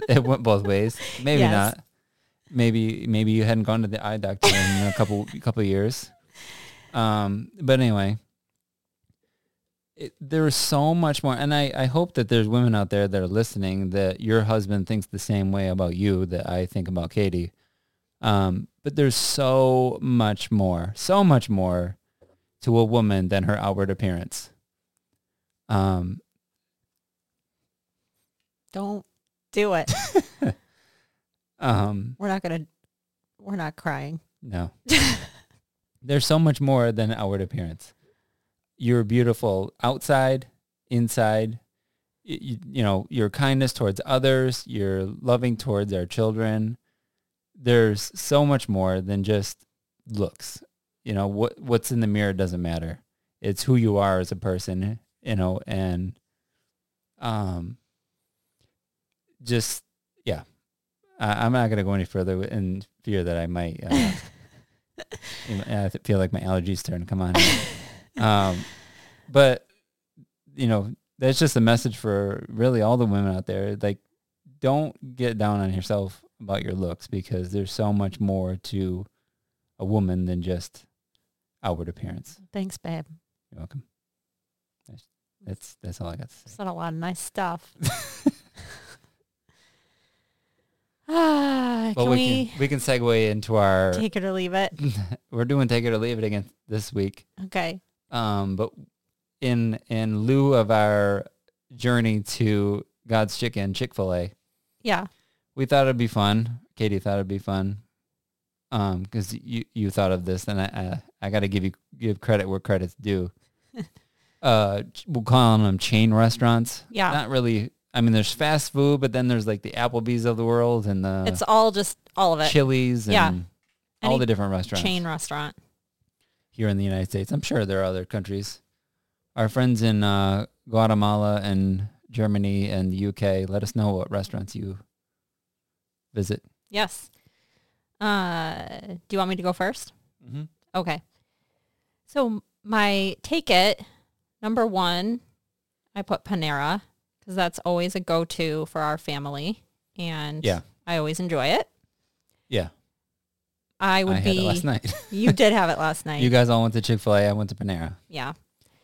Speaker 1: it went both ways. Maybe
Speaker 2: Yes.
Speaker 1: not. Maybe maybe you hadn't gone to the eye doctor in a couple couple years. Um, but anyway, it, there is so much more, and I I hope that there's women out there that are listening that your husband thinks the same way about you that I think about Katie. Um, but there's so much more, so much more to a woman than her outward appearance. Um,
Speaker 2: Don't do it.
Speaker 1: um,
Speaker 2: We're not gonna. We're not crying.
Speaker 1: no. There's so much more than outward appearance. You're beautiful outside, inside. Y- y- You, know, your kindness towards others, your loving towards our children. There's so much more than just looks. You know, what what's in the mirror doesn't matter. It's who you are as a person, you know, and um just yeah. I, I'm not going to go any further in fear that I might uh, you know, I feel like my allergies turn. Come on. um, but you know, that's just a message for really all the women out there. Like, don't get down on yourself about your looks because there's so much more to a woman than just outward appearance.
Speaker 2: Thanks, babe.
Speaker 1: You're welcome. That's that's, that's all I got to say.
Speaker 2: Said a lot of nice stuff. ah,
Speaker 1: well,
Speaker 2: can
Speaker 1: we,
Speaker 2: we,
Speaker 1: can we can segue into our.
Speaker 2: take it or leave it?
Speaker 1: We're doing take it or leave it again this week.
Speaker 2: Okay.
Speaker 1: um, but in in lieu of our journey to God's Chicken Chick Fil A,
Speaker 2: Yeah.
Speaker 1: we thought it'd be fun. Katie thought it'd be fun because you you thought of this, and I I, I got to give you give credit where credit's due. uh, ch- we'll call them chain restaurants.
Speaker 2: Yeah.
Speaker 1: Not really. I mean, there's fast food, but then there's like the Applebee's of the world and the
Speaker 2: it's all just all of it.
Speaker 1: Chili's and
Speaker 2: Yeah.
Speaker 1: Uh, all
Speaker 2: Any
Speaker 1: the different restaurants
Speaker 2: Chain restaurant.
Speaker 1: here in the United States. I'm sure there are other countries. Our friends in uh, Guatemala and Germany and the UK, let us know what restaurants you visit.
Speaker 2: Yes. Uh, do you want me to go first?
Speaker 1: Mm-hmm.
Speaker 2: Okay. So my take it number one, I put Panera because that's always a go to for our family, and
Speaker 1: Yeah.
Speaker 2: I always enjoy it.
Speaker 1: Yeah,
Speaker 2: I
Speaker 1: I
Speaker 2: would
Speaker 1: had
Speaker 2: be.
Speaker 1: it last night.
Speaker 2: You did have it last night.
Speaker 1: you guys all went to Chick Fil A. I went to Panera.
Speaker 2: yeah.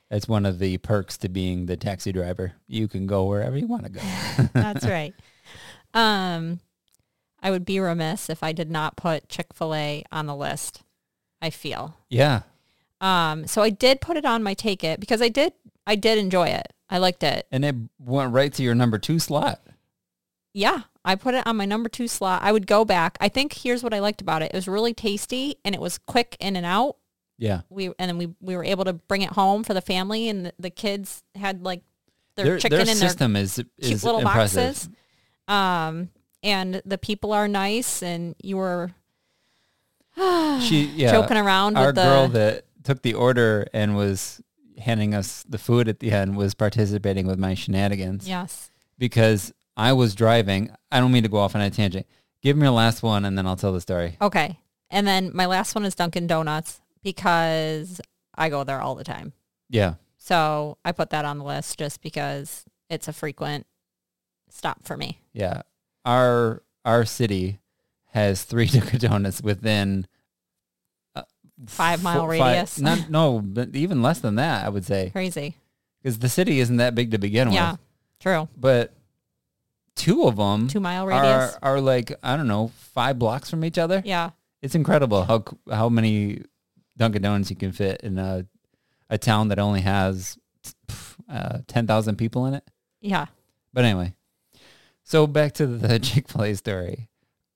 Speaker 1: That's one of the perks to being the taxi driver. You can go wherever you want to go.
Speaker 2: That's right. Um, I would be remiss if I did not put Chick Fil A on the list. I feel.
Speaker 1: Yeah,
Speaker 2: Um, so I did put it on my take it because I did. I did enjoy it. I liked it.
Speaker 1: and it went right to your number two slot.
Speaker 2: Yeah, I put it on my number two slot. I would go back. I think here's what I liked about it. It was really tasty and it was quick in and out.
Speaker 1: Yeah,
Speaker 2: We and then we we were able to bring it home for the family and the, the kids had like their,
Speaker 1: their,
Speaker 2: chicken
Speaker 1: their
Speaker 2: and their
Speaker 1: system is
Speaker 2: cute
Speaker 1: is
Speaker 2: little
Speaker 1: impressive.
Speaker 2: boxes. Um, and the people are nice, and you were
Speaker 1: She yeah,
Speaker 2: joking around
Speaker 1: our
Speaker 2: with the
Speaker 1: girl that took the order and was handing us the food at the end was participating with my shenanigans
Speaker 2: yes,
Speaker 1: because I was driving. I don't mean to go off on a tangent. Give me your last one and then I'll tell the story.
Speaker 2: okay. And then my last one is Dunkin' Donuts because I go there all the time,
Speaker 1: Yeah.
Speaker 2: so I put that on the list just because it's a frequent stop for me.
Speaker 1: Yeah. Our our city has three Dunkin' Donuts within uh,
Speaker 2: Five mile
Speaker 1: fi-
Speaker 2: radius.
Speaker 1: not, no, but even less than that, I would say,
Speaker 2: Crazy,
Speaker 1: because the city isn't that big to begin
Speaker 2: yeah,
Speaker 1: with.
Speaker 2: true.
Speaker 1: But two of them
Speaker 2: Two mile radius,
Speaker 1: Mm-hmm. are, are like I don't know five blocks from each other.
Speaker 2: yeah,
Speaker 1: It's incredible how c- how many Dunkin' Donuts you can fit in a a town that only has pff, uh, ten thousand people in it.
Speaker 2: yeah,
Speaker 1: But anyway, so back to the Chick Fil A story.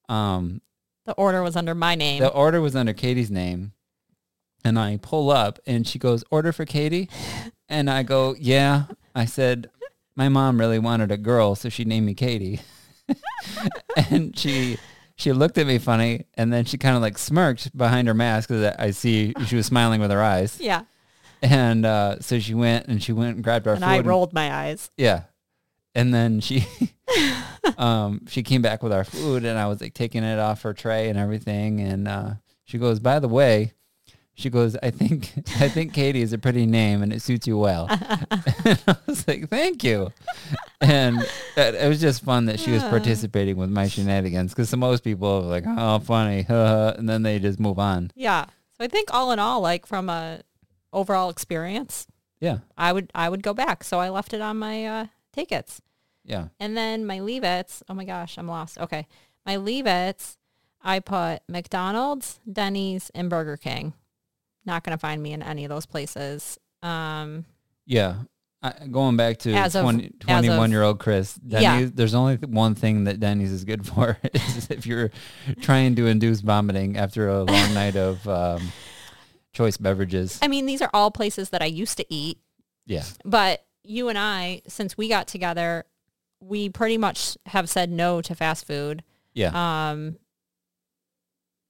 Speaker 1: Um,
Speaker 2: the order was under my name.
Speaker 1: the order was under Katie's name, and I pull up, and she goes, "Order for Katie," and I go, "Yeah." I said, "My mom really wanted a girl, so she named me Katie," and she she looked at me funny, and then she kind of like smirked behind her mask because I see she was smiling with her eyes,
Speaker 2: yeah,
Speaker 1: and uh, so she went and she went and grabbed our
Speaker 2: and
Speaker 1: food.
Speaker 2: I
Speaker 1: and-
Speaker 2: rolled my eyes.
Speaker 1: yeah. And then she um she came back with our food and I was like taking it off her tray and everything and uh she goes, "By the way, she goes, I think I think Katie is a pretty name and it suits you well." and I was like, "Thank you." And that, it was just fun that she was
Speaker 2: Yeah.
Speaker 1: participating with my shenanigans because to most people are like, "Oh, funny," and then they just move on.
Speaker 2: Yeah. So I think all in all, like from a overall experience,
Speaker 1: Yeah,
Speaker 2: I would I would go back. So I left it on my uh, tickets,
Speaker 1: yeah,
Speaker 2: and then my leave it's. Oh my gosh, I'm lost. Okay, my leave it's. I put McDonald's, Denny's, and Burger King. Not gonna find me in any of those places. Um,
Speaker 1: yeah. I, going back to
Speaker 2: As of-
Speaker 1: 20,
Speaker 2: as of-
Speaker 1: 21 year old Chris,
Speaker 2: Yeah.
Speaker 1: Denny's, there's only th- one thing that Denny's is good for is if you're trying to induce vomiting after a long night of um, choice beverages.
Speaker 2: I mean, these are all places that I used to eat,
Speaker 1: Yeah.
Speaker 2: but you and I, since we got together, we pretty much have said no to fast food.
Speaker 1: Yeah.
Speaker 2: Um,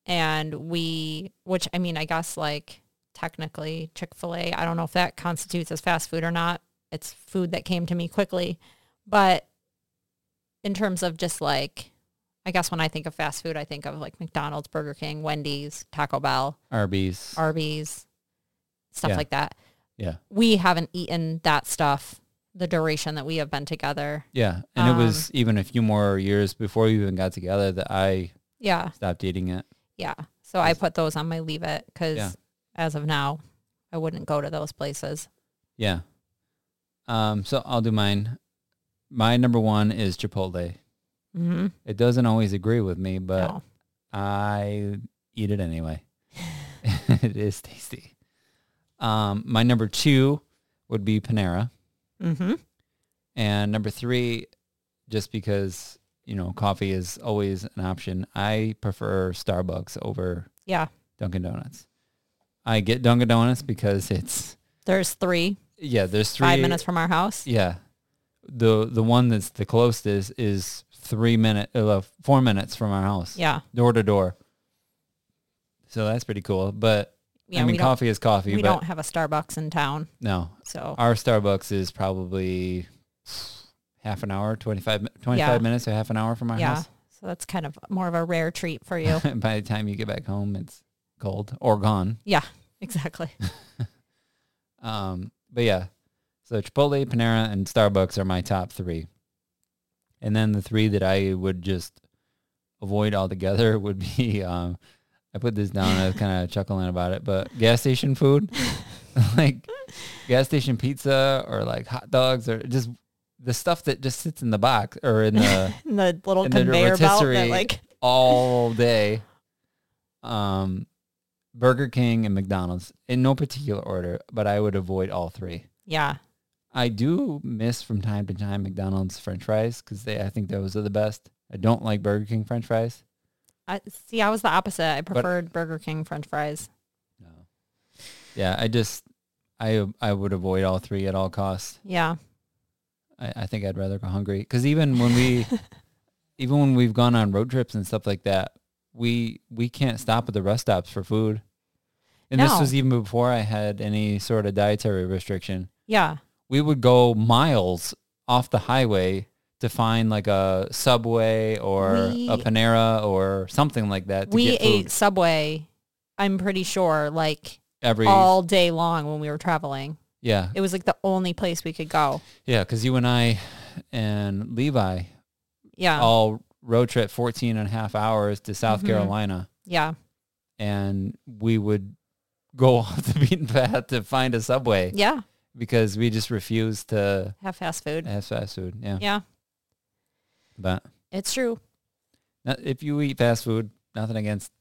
Speaker 2: and we, which I mean, I guess like technically Chick fil A, I don't know if that constitutes as fast food or not. It's food that came to me quickly. But in terms of just like, I guess when I think of fast food, I think of like McDonald's, Burger King, Wendy's, Taco Bell,
Speaker 1: Arby's.
Speaker 2: Arby's, stuff
Speaker 1: Yeah.
Speaker 2: like that.
Speaker 1: yeah.
Speaker 2: We haven't eaten that stuff the duration that we have been together.
Speaker 1: Yeah. And it
Speaker 2: um,
Speaker 1: was even a few more years before we even got together that I
Speaker 2: Yeah.
Speaker 1: stopped eating it.
Speaker 2: Yeah. So I put those on my leave it because
Speaker 1: Yeah.
Speaker 2: as of now, I wouldn't go to those places.
Speaker 1: Yeah. Um, so I'll do mine. My number one is Chipotle.
Speaker 2: Mm-hmm.
Speaker 1: It doesn't always agree with me, but
Speaker 2: no.
Speaker 1: I eat it anyway. it is tasty. Um, my number two would be Panera.
Speaker 2: Mm-hmm.
Speaker 1: And number three, just because, you know, coffee is always an option, I prefer Starbucks over
Speaker 2: Yeah.
Speaker 1: Dunkin' Donuts. I get Dunkin' Donuts because it's,
Speaker 2: There's three,
Speaker 1: yeah, there's three.
Speaker 2: five minutes from our house.
Speaker 1: Yeah. The the one that's the closest is, is three minute, uh, four minutes from our house,
Speaker 2: Yeah.
Speaker 1: door to door. So that's pretty cool. But
Speaker 2: Yeah.
Speaker 1: I mean,
Speaker 2: we don't,
Speaker 1: coffee is coffee,
Speaker 2: we
Speaker 1: but
Speaker 2: don't have a Starbucks in town.
Speaker 1: no,
Speaker 2: So
Speaker 1: our Starbucks is probably half an hour, 25, mi- 25
Speaker 2: Yeah.
Speaker 1: minutes or half an hour from our
Speaker 2: yeah.
Speaker 1: house.
Speaker 2: So that's kind of more of a rare treat for you.
Speaker 1: By the time you get back home, it's cold or gone.
Speaker 2: exactly.
Speaker 1: Um, but yeah, so Chipotle, Panera, and Starbucks are my top three. And then the three that I would just avoid altogether would be, um, I put this down, I was kind of chuckling about it, but gas station food, like gas station pizza or like hot dogs or just the stuff that just sits in the box or in the
Speaker 2: And the little
Speaker 1: And the
Speaker 2: conveyor belt that
Speaker 1: rotisserie-
Speaker 2: like,
Speaker 1: all day. Um, Burger King and McDonald's in no particular order, but I would avoid all three.
Speaker 2: yeah.
Speaker 1: I do miss from time to time McDonald's French fries because they I think those are the best. I don't like Burger King French fries.
Speaker 2: I, see, I was the opposite. I preferred Burger King French fries.
Speaker 1: No. Yeah, I just I I would avoid all three at all costs.
Speaker 2: Yeah.
Speaker 1: I, I think I'd rather go hungry because even when we even when we've gone on road trips and stuff like that, we we can't stop at the rest stops for food. And this
Speaker 2: No.
Speaker 1: was even before I had any sort of dietary restriction.
Speaker 2: Yeah.
Speaker 1: We would go miles off the highway to find like a Subway or a
Speaker 2: We-
Speaker 1: Panera or something like that to
Speaker 2: We
Speaker 1: get food
Speaker 2: ate Subway, I'm pretty sure, like
Speaker 1: every
Speaker 2: all day long when we were traveling.
Speaker 1: yeah
Speaker 2: It was like the only place we could go.
Speaker 1: yeah because you and I and Levi
Speaker 2: Yeah.
Speaker 1: all road trip 14 and a half hours to South
Speaker 2: Mhm.
Speaker 1: Carolina
Speaker 2: yeah.
Speaker 1: and we would go off the beaten path to find a subway
Speaker 2: Yeah.
Speaker 1: because we just refused to
Speaker 2: Have fast food.
Speaker 1: have fast food. Yeah.
Speaker 2: Yeah.
Speaker 1: But
Speaker 2: It's true.
Speaker 1: not, if you eat fast food, nothing against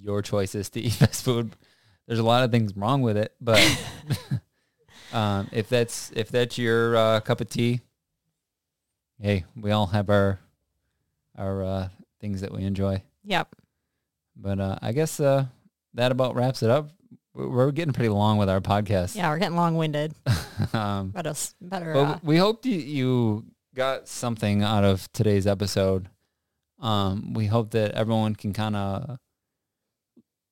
Speaker 1: your choices to eat fast food. There's a lot of things wrong with it, but um, if that's if that's your uh, cup of tea, hey, we all have our our uh, things that we enjoy.
Speaker 2: Yep.
Speaker 1: But uh, I guess uh, that about wraps it up. We're, we're getting pretty long with our podcast.
Speaker 2: Yeah. We're getting long winded.
Speaker 1: um,
Speaker 2: But us better.
Speaker 1: but
Speaker 2: uh,
Speaker 1: we hope you, you got something out of today's episode. Um, we hope that everyone can kind of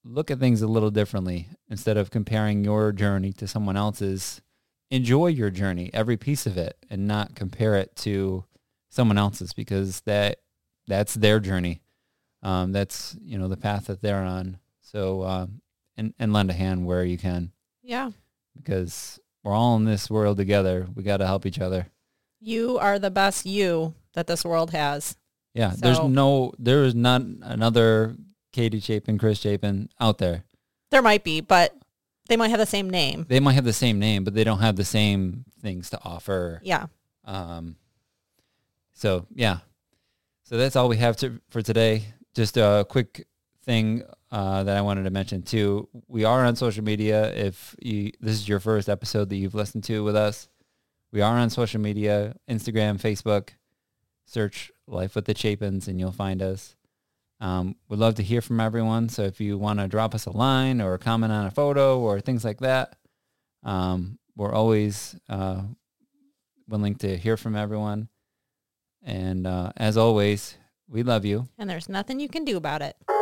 Speaker 1: look at things a little differently instead of comparing your journey to someone else's. Enjoy your journey, every piece of it, and not compare it to someone else's because that that's their journey. Um, that's you know the path that they're on. So um, and and lend a hand where you can
Speaker 2: yeah.
Speaker 1: because we're all in this world together. We got to help each other.
Speaker 2: You are the best you that this world has.
Speaker 1: Yeah, there's
Speaker 2: So-
Speaker 1: no, there is not another Katie Chapin, Chris Chapin out there.
Speaker 2: There might be, but they might have the same name.
Speaker 1: They might have the same name, but they don't have the same things to offer.
Speaker 2: Yeah.
Speaker 1: Um, so yeah, so that's all we have to, for today. Just a quick thing uh, that I wanted to mention too. We are on social media. If you, this is your first episode that you've listened to with us, we are on social media: Instagram, Facebook. Search "Life with the Chapins" and you'll find us. Um, we'd love to hear from everyone. So if you want to drop us a line or comment on a photo or things like that, um, we're always uh, willing to hear from everyone. And uh, as always, we love you.
Speaker 2: And there's nothing you can do about it.